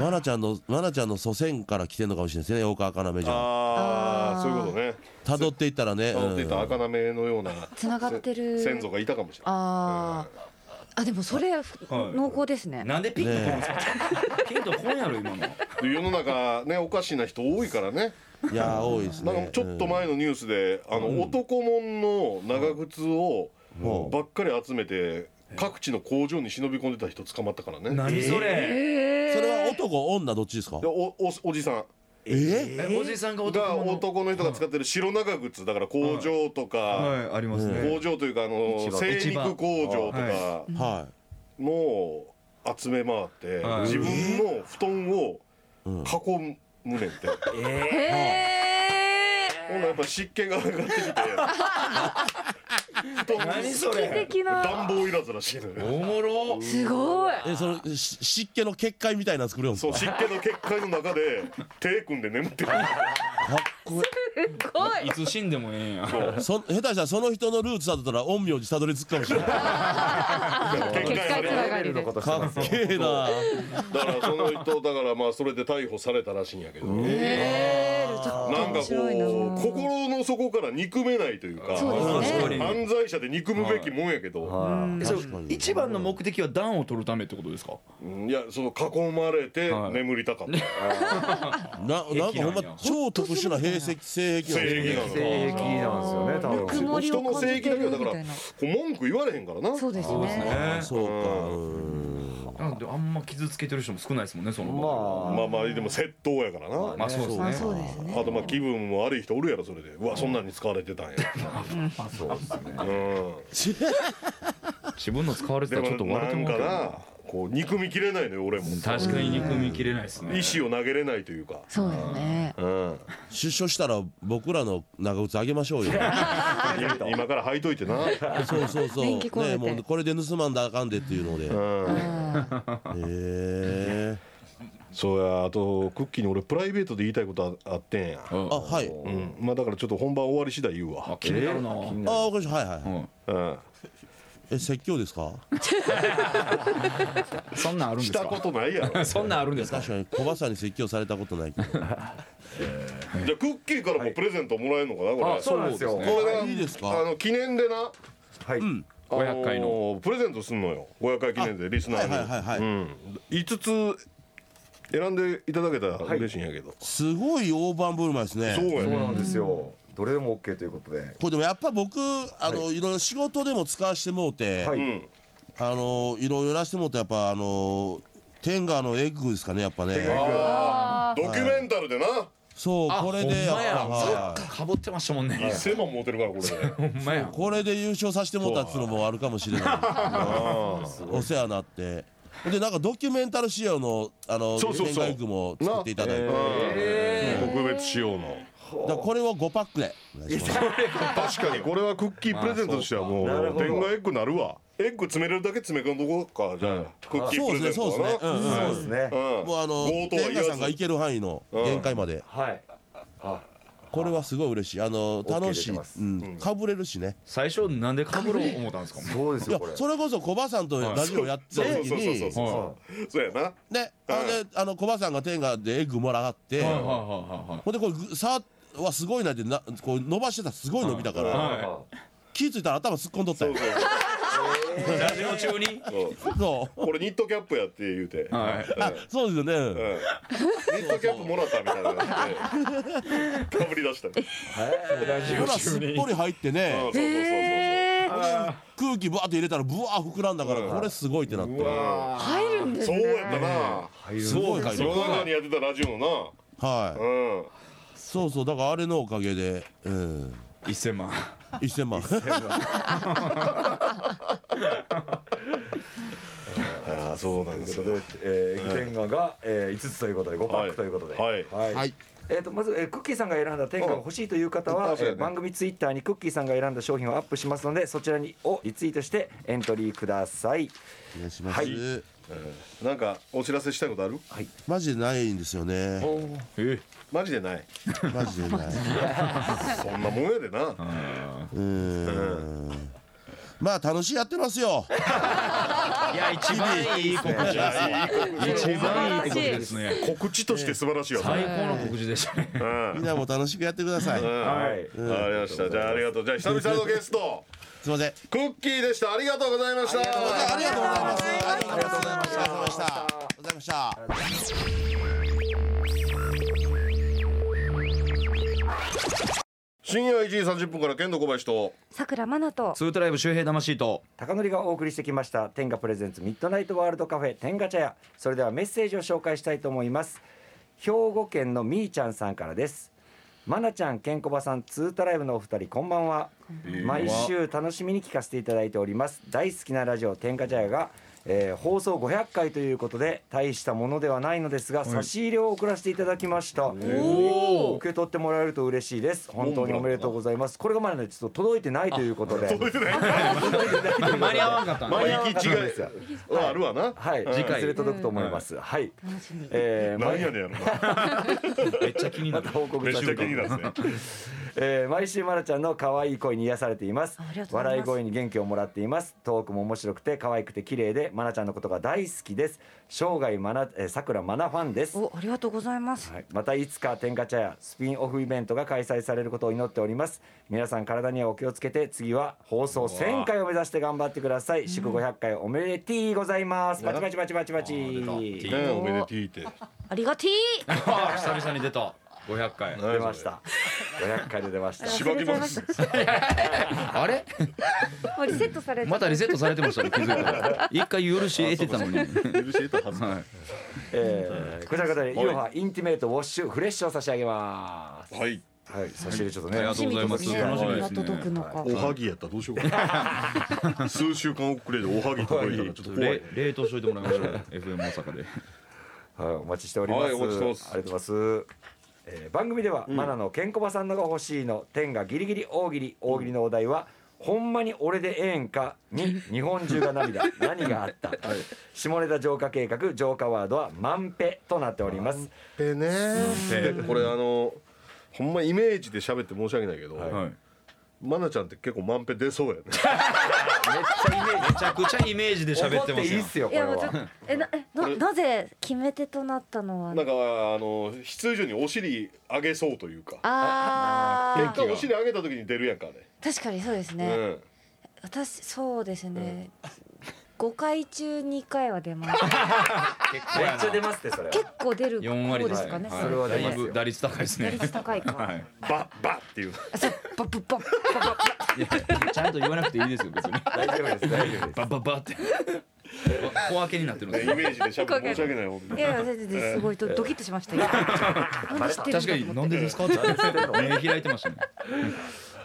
Speaker 5: マナちゃんのマナちゃんの祖先から来てんのかもしれないですね大川赤なめじゃ
Speaker 1: ああ
Speaker 4: あー
Speaker 1: そういうことね
Speaker 5: たどっていったらね
Speaker 1: 辿っていった
Speaker 5: うん
Speaker 1: 赤なめのような
Speaker 4: つながってる
Speaker 1: 先祖がいたかもしれない
Speaker 4: あああでもそれ濃厚ですね
Speaker 3: なんでピンとこんすかピンとこんやろ今の
Speaker 1: で世の中ねおかしな人多いからね
Speaker 5: いやー多いです
Speaker 1: なん
Speaker 5: ね
Speaker 1: かちょっと前のニュースであの男門の長靴を
Speaker 5: うん
Speaker 1: ばっかり集めて各地の工場に忍び込んでた人捕まったからね
Speaker 3: 何それ
Speaker 5: うんそれは男女どっちですか
Speaker 1: でおおおじさん
Speaker 5: え
Speaker 3: えおじさんが
Speaker 1: が
Speaker 3: 男の
Speaker 1: 男の人が使ってる白長靴だから工場とか
Speaker 3: はいあります
Speaker 1: 工
Speaker 3: ね
Speaker 1: 場というかあの
Speaker 3: 市場
Speaker 1: 精
Speaker 3: 市場
Speaker 1: 肉工場とか
Speaker 5: は
Speaker 1: の集め回って
Speaker 3: はい
Speaker 1: 自分の布団を囲むねんってほ
Speaker 4: へ
Speaker 1: んならやっぱ湿気が上がってきて布団
Speaker 3: 何そ
Speaker 4: え
Speaker 3: れ
Speaker 4: 的な
Speaker 1: 暖房いらずらしいのよ
Speaker 3: おもろ
Speaker 4: すごい
Speaker 5: いえそのし湿気の結界みたいなの作るんです
Speaker 1: そう
Speaker 5: か
Speaker 1: 湿気の結界の中で手組んで眠ってる
Speaker 5: かっこいい
Speaker 4: すごい
Speaker 3: いつ死んでもええんや
Speaker 5: そ下手したらその人のルーツだったら陰陽師たどり着くかもしれないか
Speaker 1: 結界
Speaker 4: 結界つな
Speaker 1: が
Speaker 4: がりで
Speaker 2: こと
Speaker 5: っけえな
Speaker 1: だからその人だからまあそれで逮捕されたらしいんやけどなん
Speaker 4: へえちょっと
Speaker 1: か
Speaker 4: 面
Speaker 1: こ
Speaker 4: 白いな
Speaker 1: う心の底から憎めないというか
Speaker 4: そうですね
Speaker 3: 確かに
Speaker 1: 犯罪者で憎むべきもんやけど
Speaker 2: はい
Speaker 3: それ
Speaker 5: 確かに
Speaker 3: 一番の目的は暖を取るためってことですか
Speaker 1: うんいやその囲まれて
Speaker 3: はい
Speaker 1: 眠りたかった
Speaker 5: ななんかほん
Speaker 3: 壁なんや
Speaker 5: ま超特殊な兵石性癖なんです
Speaker 1: 性
Speaker 5: ね
Speaker 1: 癖なの
Speaker 2: 性癖なんですよね多
Speaker 4: ぬく
Speaker 2: 分
Speaker 4: もり
Speaker 1: 人
Speaker 4: を
Speaker 1: の
Speaker 4: 感
Speaker 1: 性
Speaker 4: じ
Speaker 1: 域
Speaker 4: て
Speaker 1: だけ
Speaker 4: る
Speaker 1: は
Speaker 4: み
Speaker 1: だから
Speaker 4: た
Speaker 1: こ
Speaker 4: いな
Speaker 1: う文句言われへんからな
Speaker 4: そうですね
Speaker 5: あそうかうん
Speaker 3: なんであんま傷つけてる人も少ないですもんねその場
Speaker 2: まあ
Speaker 1: まあまあでも窃盗やからな
Speaker 3: まあそう
Speaker 4: まあ
Speaker 3: です
Speaker 4: そう
Speaker 3: ね
Speaker 4: ですね
Speaker 1: あとまあ気分も悪い人おるやろそれでうわそんなんに使われてたんや
Speaker 2: そうですね
Speaker 1: うん
Speaker 3: 自分の使われて
Speaker 1: で
Speaker 3: たらちょっと
Speaker 1: もな
Speaker 3: 悪いと
Speaker 1: ん
Speaker 3: 思う
Speaker 1: か
Speaker 3: けど
Speaker 1: なこう憎みきれないのよ俺も
Speaker 3: 確かに憎みきれないですね
Speaker 1: 意思を投げれないというか
Speaker 4: そうですね
Speaker 1: うん
Speaker 5: 出所したら僕らの長靴あげましょ う
Speaker 1: い
Speaker 5: よ
Speaker 1: 今から履いといてな
Speaker 5: そうそうそう
Speaker 4: 電気込め
Speaker 5: ね
Speaker 4: て
Speaker 5: もうこれで盗まんだらあかんでっていうので
Speaker 1: うん
Speaker 4: うん
Speaker 5: へえ
Speaker 1: そうやあとクッキーに俺プライベートで言いたいことああってんや、
Speaker 3: うん
Speaker 5: あはい
Speaker 1: うん、まあだからちょっと本番終わり次第言う
Speaker 3: あ
Speaker 1: わ、
Speaker 3: 気になるな、
Speaker 5: あわかりましたはいはい、
Speaker 3: うん
Speaker 1: うん、
Speaker 5: え説教ですか
Speaker 6: そんなんあるんで
Speaker 1: し
Speaker 6: す
Speaker 1: た
Speaker 6: か
Speaker 1: ことないやろじゃ
Speaker 6: そんなんあるんですか
Speaker 5: 確かに小バさんに説教されたことないけど
Speaker 1: あクッキーからもプレゼントもらえるのかなこれ、
Speaker 2: あそうなんですよ
Speaker 1: これが
Speaker 5: あいいですか
Speaker 1: あの記念でな
Speaker 2: はい、
Speaker 1: あのー
Speaker 3: 500回の
Speaker 1: プレゼントすんのよ500回記念でリスナーに、
Speaker 5: はいはいはいはい
Speaker 1: うん、5つ選んでいただけたら嬉しいんやけど、
Speaker 5: すごい大盤振る舞いですね
Speaker 1: そうや
Speaker 2: そう
Speaker 1: ね
Speaker 2: なんですよどれでも OK ということで
Speaker 5: これでもやっぱ僕あの、い、ろいろ仕事でも使わしてもうて、
Speaker 2: はい、
Speaker 1: うん
Speaker 5: あのいろいろやらしてもうてやっぱあのテンガのエッグですかねやっぱね
Speaker 4: あ
Speaker 1: ドキュメンタルでな
Speaker 5: そうこれでやっぱ
Speaker 3: ほんまや
Speaker 5: はい
Speaker 6: かぶってましたもんね
Speaker 1: 1000万持てるからこ
Speaker 6: ほ
Speaker 1: れ
Speaker 6: んまや
Speaker 5: これで優勝させてもうたっつうのもあるかもしれない お世話になってでなんかドキュメンタル仕様のあの
Speaker 1: そうそうそう
Speaker 5: テンガエッグも作っていただいて、
Speaker 1: な
Speaker 5: だ
Speaker 1: うん特別仕様の
Speaker 5: からこれを5パックでお願いします
Speaker 1: 確かにこれはクッキープレゼントとしてはもう
Speaker 2: なるほど
Speaker 1: 天外エッグなるわエッグ詰めれるだけ詰め込んどこうかじゃあ、クッキー
Speaker 5: そ
Speaker 1: プ
Speaker 5: う
Speaker 1: レ
Speaker 5: で
Speaker 1: ゼン
Speaker 5: すね
Speaker 1: ト
Speaker 5: そう
Speaker 1: か
Speaker 5: です
Speaker 1: な
Speaker 5: ね、うんうん
Speaker 2: そうですね
Speaker 1: うん
Speaker 5: もう
Speaker 1: 強
Speaker 5: あの
Speaker 1: 盗は
Speaker 5: 天
Speaker 1: 言
Speaker 5: ガさんが
Speaker 1: わ
Speaker 5: 行
Speaker 1: ず
Speaker 5: ける範囲の限界まで、
Speaker 2: はいあ
Speaker 5: これはすごい嬉しいあの
Speaker 2: OK
Speaker 5: 楽し
Speaker 2: 出
Speaker 5: い、
Speaker 2: てます
Speaker 5: うん、かぶれるしね
Speaker 6: 最初なんでかぶろう思ったんですか
Speaker 2: そうです
Speaker 5: いや
Speaker 2: よこれ
Speaker 5: それこそコバさんとラジオやってた時
Speaker 1: そうそうそう
Speaker 5: に
Speaker 1: そう
Speaker 6: は
Speaker 1: そうやな
Speaker 5: ねあのねあのコバさんが天下でエッグもらって
Speaker 6: いはいはい
Speaker 5: ほ
Speaker 6: はいはい
Speaker 5: んでこれぐ触はすごいなってなこう伸ばしてたらすごい伸びたか
Speaker 6: は
Speaker 5: ら
Speaker 6: い
Speaker 2: あ
Speaker 5: 気づいたら頭突っ込んどっ
Speaker 1: そ
Speaker 5: たよ
Speaker 1: うそ
Speaker 6: ラジオ中に
Speaker 1: うそう
Speaker 5: そう
Speaker 1: これニットキャップやって言うて、
Speaker 6: はい
Speaker 5: あそうですよ
Speaker 1: うん
Speaker 5: ね
Speaker 1: ニットキャップもらったみたいな感じでかぶり出したね
Speaker 6: ラジ
Speaker 5: ほ
Speaker 6: オ
Speaker 5: らす
Speaker 6: 中
Speaker 5: っ
Speaker 6: に
Speaker 5: ぽり入って
Speaker 1: うんそ
Speaker 5: ね
Speaker 1: うそうそうそう
Speaker 4: え
Speaker 5: 空気バーって入れたらブワー膨らんだからこれすごいってなって
Speaker 4: ー入るんです
Speaker 1: そう
Speaker 4: ね
Speaker 1: やったな
Speaker 5: すごい回
Speaker 1: 世
Speaker 5: 路
Speaker 1: の中にやってたラジオの
Speaker 5: は
Speaker 1: なうん
Speaker 5: いそうそうだからあれのおかげでうん
Speaker 6: 1000万
Speaker 5: 1000万
Speaker 1: ああそうなんです
Speaker 2: ということで、えー、天下が、えー、5つということで5パックということで、
Speaker 1: はい
Speaker 2: はい
Speaker 5: はい
Speaker 2: えー、とまず、えークッキーさんが選んだ天下が欲しいという方は、
Speaker 1: うんそう
Speaker 2: え
Speaker 1: や
Speaker 2: ー
Speaker 1: ね
Speaker 2: 番組ツイッターにクッキーさんが選んだ商品をアップしますのでそちらにをリツイートしてエントリーください
Speaker 5: お願いしま
Speaker 2: は
Speaker 5: す
Speaker 2: い
Speaker 1: なんかお知らせしたいことある
Speaker 5: マジでないんですよね
Speaker 6: え
Speaker 1: マジでない
Speaker 5: マジでない
Speaker 1: そんなもんやでな
Speaker 5: うーんまあ楽しいやってますよ。
Speaker 6: いや一番いい告知ですね一番いい告知ですね
Speaker 1: 告知として素晴らしいわそ
Speaker 6: 最
Speaker 1: れ
Speaker 6: 高の告知でしたね
Speaker 1: うん
Speaker 5: みんなも楽しくやってください。
Speaker 1: うんわ
Speaker 2: はい
Speaker 1: かりました。じゃあありがとう。じゃあ久々のゲスト、
Speaker 5: すいません。
Speaker 1: クッキーでした。ありがとうございました。
Speaker 5: ありがとうございます。ありがとうございました。ありがとうございました。ありがとうございました。
Speaker 1: 深夜1時30分から剣道小林と。
Speaker 4: さくらまなと
Speaker 3: ツートライブ周平魂と
Speaker 2: 高典がお送りしてきました天下プレゼンツミッドナイトワールドカフェ天下茶屋それではメッセージを紹介したいと思います兵庫県のみーちゃんさんからですまなちゃんけんこばさんツータライブのお二人こんばんは毎週楽しみに聞かせていただいております大好きなラジオ天下茶屋が、えー放送500回ということで大したものではないのですが、差し入れを送らせていただきました、受け取ってもらえると嬉しいです本当におめでとうございますこれがまだねちょっと届いてないということで届いてない
Speaker 6: 間に合わんかった
Speaker 1: まあ
Speaker 2: あ
Speaker 1: 行き違い
Speaker 2: そうですよ
Speaker 1: はあるわな。
Speaker 2: はい、
Speaker 1: うん
Speaker 2: 次回連れ届くと思います。はい、
Speaker 4: 楽しみ
Speaker 2: えー、
Speaker 1: なん
Speaker 2: 毎
Speaker 1: やねんやろな。
Speaker 6: めっちゃ気にな
Speaker 2: ま
Speaker 6: る
Speaker 2: た報告
Speaker 1: めっ
Speaker 2: さ
Speaker 1: ち
Speaker 2: せ
Speaker 1: ゃ
Speaker 2: て
Speaker 1: 気になるね。
Speaker 2: えー毎週まなちゃんの可愛い声に癒されています
Speaker 4: ありがとうございます
Speaker 2: 笑い声に元気をもらっていますトークも面白くて可愛くて綺麗でまなちゃんのことが大好きです生涯まなえーさくらまなファンです
Speaker 4: おありがとうございます
Speaker 2: はい、またいつか天下茶屋スピンオフイベントが開催されることを祈っております皆さん体にはお気をつけて次は放送1000回を目指して頑張ってください祝500回おめでとうございますバチバチバチバチバチ
Speaker 1: ねえおめでティーって。
Speaker 4: ありがて
Speaker 6: あ
Speaker 4: ぃ
Speaker 6: ー久々に出た500回
Speaker 2: 出ました500回で出まし た
Speaker 1: しばきます。
Speaker 6: あれ
Speaker 4: もうリセットされて
Speaker 3: またリセットされてましたね気づいたら一回許し得てたのに
Speaker 1: 許してたはず。
Speaker 3: は
Speaker 2: えーこちらの方にイロハインティメートウォッシュフレッシュを差し上げます。
Speaker 1: はい。
Speaker 2: はい、差し入れちょっとね。
Speaker 6: ありがとうございま
Speaker 4: 楽しみ
Speaker 6: す
Speaker 4: ですね
Speaker 6: 楽しみですね
Speaker 4: 何が届くのか
Speaker 1: おはぎやったらどうしようか。数週間遅れでおはぎ届いたらちょっと怖い
Speaker 3: い。冷凍しといてもらいましょう FM 大阪で
Speaker 2: はい、お待ちしております。
Speaker 1: はいお待ちしてます
Speaker 2: ありがとうございます。えー番組では、マナのケンコバさんのが欲しいの天がギリギリ大喜利大喜利のお題はほんまに俺でええんかに日本中が涙何があった、下ネタ浄化計画浄化ワードは「マンペ」となっております
Speaker 1: でねでこれあのほんまイメージで喋って申し訳ないけど、
Speaker 3: はい、め
Speaker 1: マナちゃんって結構満ペ出そうやね
Speaker 3: ちゃくちゃイメージで喋って
Speaker 2: 怒
Speaker 3: ま
Speaker 2: っ
Speaker 3: す
Speaker 2: ていい
Speaker 3: よ
Speaker 2: っすよ
Speaker 4: い
Speaker 2: これ
Speaker 4: やもうちょ
Speaker 2: は
Speaker 4: っとえなえななぜ決め手となったのは
Speaker 1: なんかあの必要以上にお尻上げそうというか
Speaker 4: あ
Speaker 1: 結果
Speaker 4: あ
Speaker 1: お尻上げた時に出るやんかね
Speaker 4: 確かにそうですね、
Speaker 1: うん
Speaker 4: 私そうですね、5回中2回は出ます
Speaker 3: 結
Speaker 2: めっちゃ出ますってそれは
Speaker 4: 結構出る
Speaker 3: 4割で
Speaker 4: 方ですす
Speaker 3: ね
Speaker 4: かね、
Speaker 3: はい
Speaker 2: それは
Speaker 3: だ
Speaker 2: 出
Speaker 3: い
Speaker 2: ますよ
Speaker 3: ぶ打率高いですね
Speaker 4: 打率高いか
Speaker 3: はい
Speaker 1: バッバッっていう
Speaker 4: そうバッバッバッバッバッ
Speaker 3: いやちゃんと言わなくていいですよ 別に
Speaker 2: 大丈夫です大丈夫です
Speaker 3: バババ って小分けになってるん
Speaker 1: ね
Speaker 3: で
Speaker 1: イ
Speaker 3: す
Speaker 1: メ
Speaker 3: よ
Speaker 1: ージで喋って申し訳ない本当
Speaker 4: い
Speaker 1: に
Speaker 4: やいや全然すごいドドキッとしました よなんで知ってるん
Speaker 3: 確か
Speaker 4: だと
Speaker 3: に
Speaker 4: 思
Speaker 3: な
Speaker 4: っ
Speaker 3: ん
Speaker 4: て
Speaker 3: でですかって目開いてましたね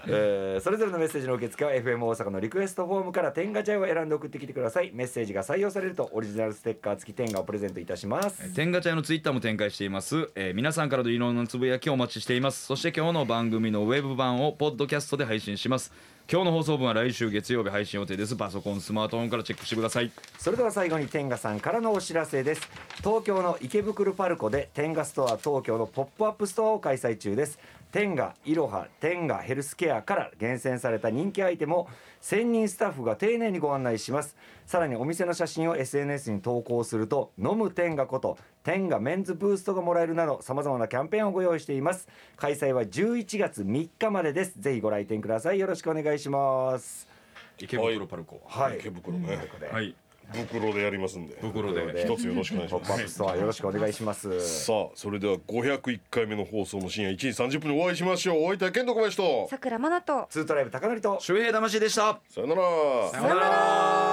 Speaker 2: えーそれぞれのメッセージの受付は FM 大阪のリクエストフォームから天ガチャイを選んで送ってきてくださいメッセージが採用されるとオリジナルステッカー付き天ガをプレゼントいたします
Speaker 3: 天ガチャのツイッターも展開しています、えー皆さんからのいろんなつぶやきをお待ちしていますそして今日の番組のウェブ版をポッドキャストで配信します今日の放送分は来週月曜日配信予定ですパソコンスマートフォンからチェックしてください
Speaker 2: それでは最後に天ガさんからのお知らせです東京の池袋パルコで天ガストア東京のポップアップストアを開催中です天ガいろは天ガヘルスケアから厳選された人気アイテムを専任スタッフが丁寧にご案内しますさらにお店の写真を SNS に投稿すると飲む天ガこと天ガメンズブーストがもらえるなどさまざまなキャンペーンをご用意しています開催は11月3日までですぜひご来店くださいよろしくお願いします
Speaker 3: 池袋パルコ
Speaker 2: はい
Speaker 1: 池袋ね
Speaker 3: はい
Speaker 1: 袋でやりますんで
Speaker 3: 袋で
Speaker 1: 一つよろしくお願いし
Speaker 2: ポップ
Speaker 1: ま
Speaker 2: アップ
Speaker 1: す
Speaker 2: ストアよろしくお願いします
Speaker 1: さあそれでは501回目の放送も深夜1時30分にお会いしましょうお相手は健人小林と
Speaker 4: さくらまなと
Speaker 2: ツートライブ高典と
Speaker 3: 周平魂でした
Speaker 1: さよなら
Speaker 4: さよなら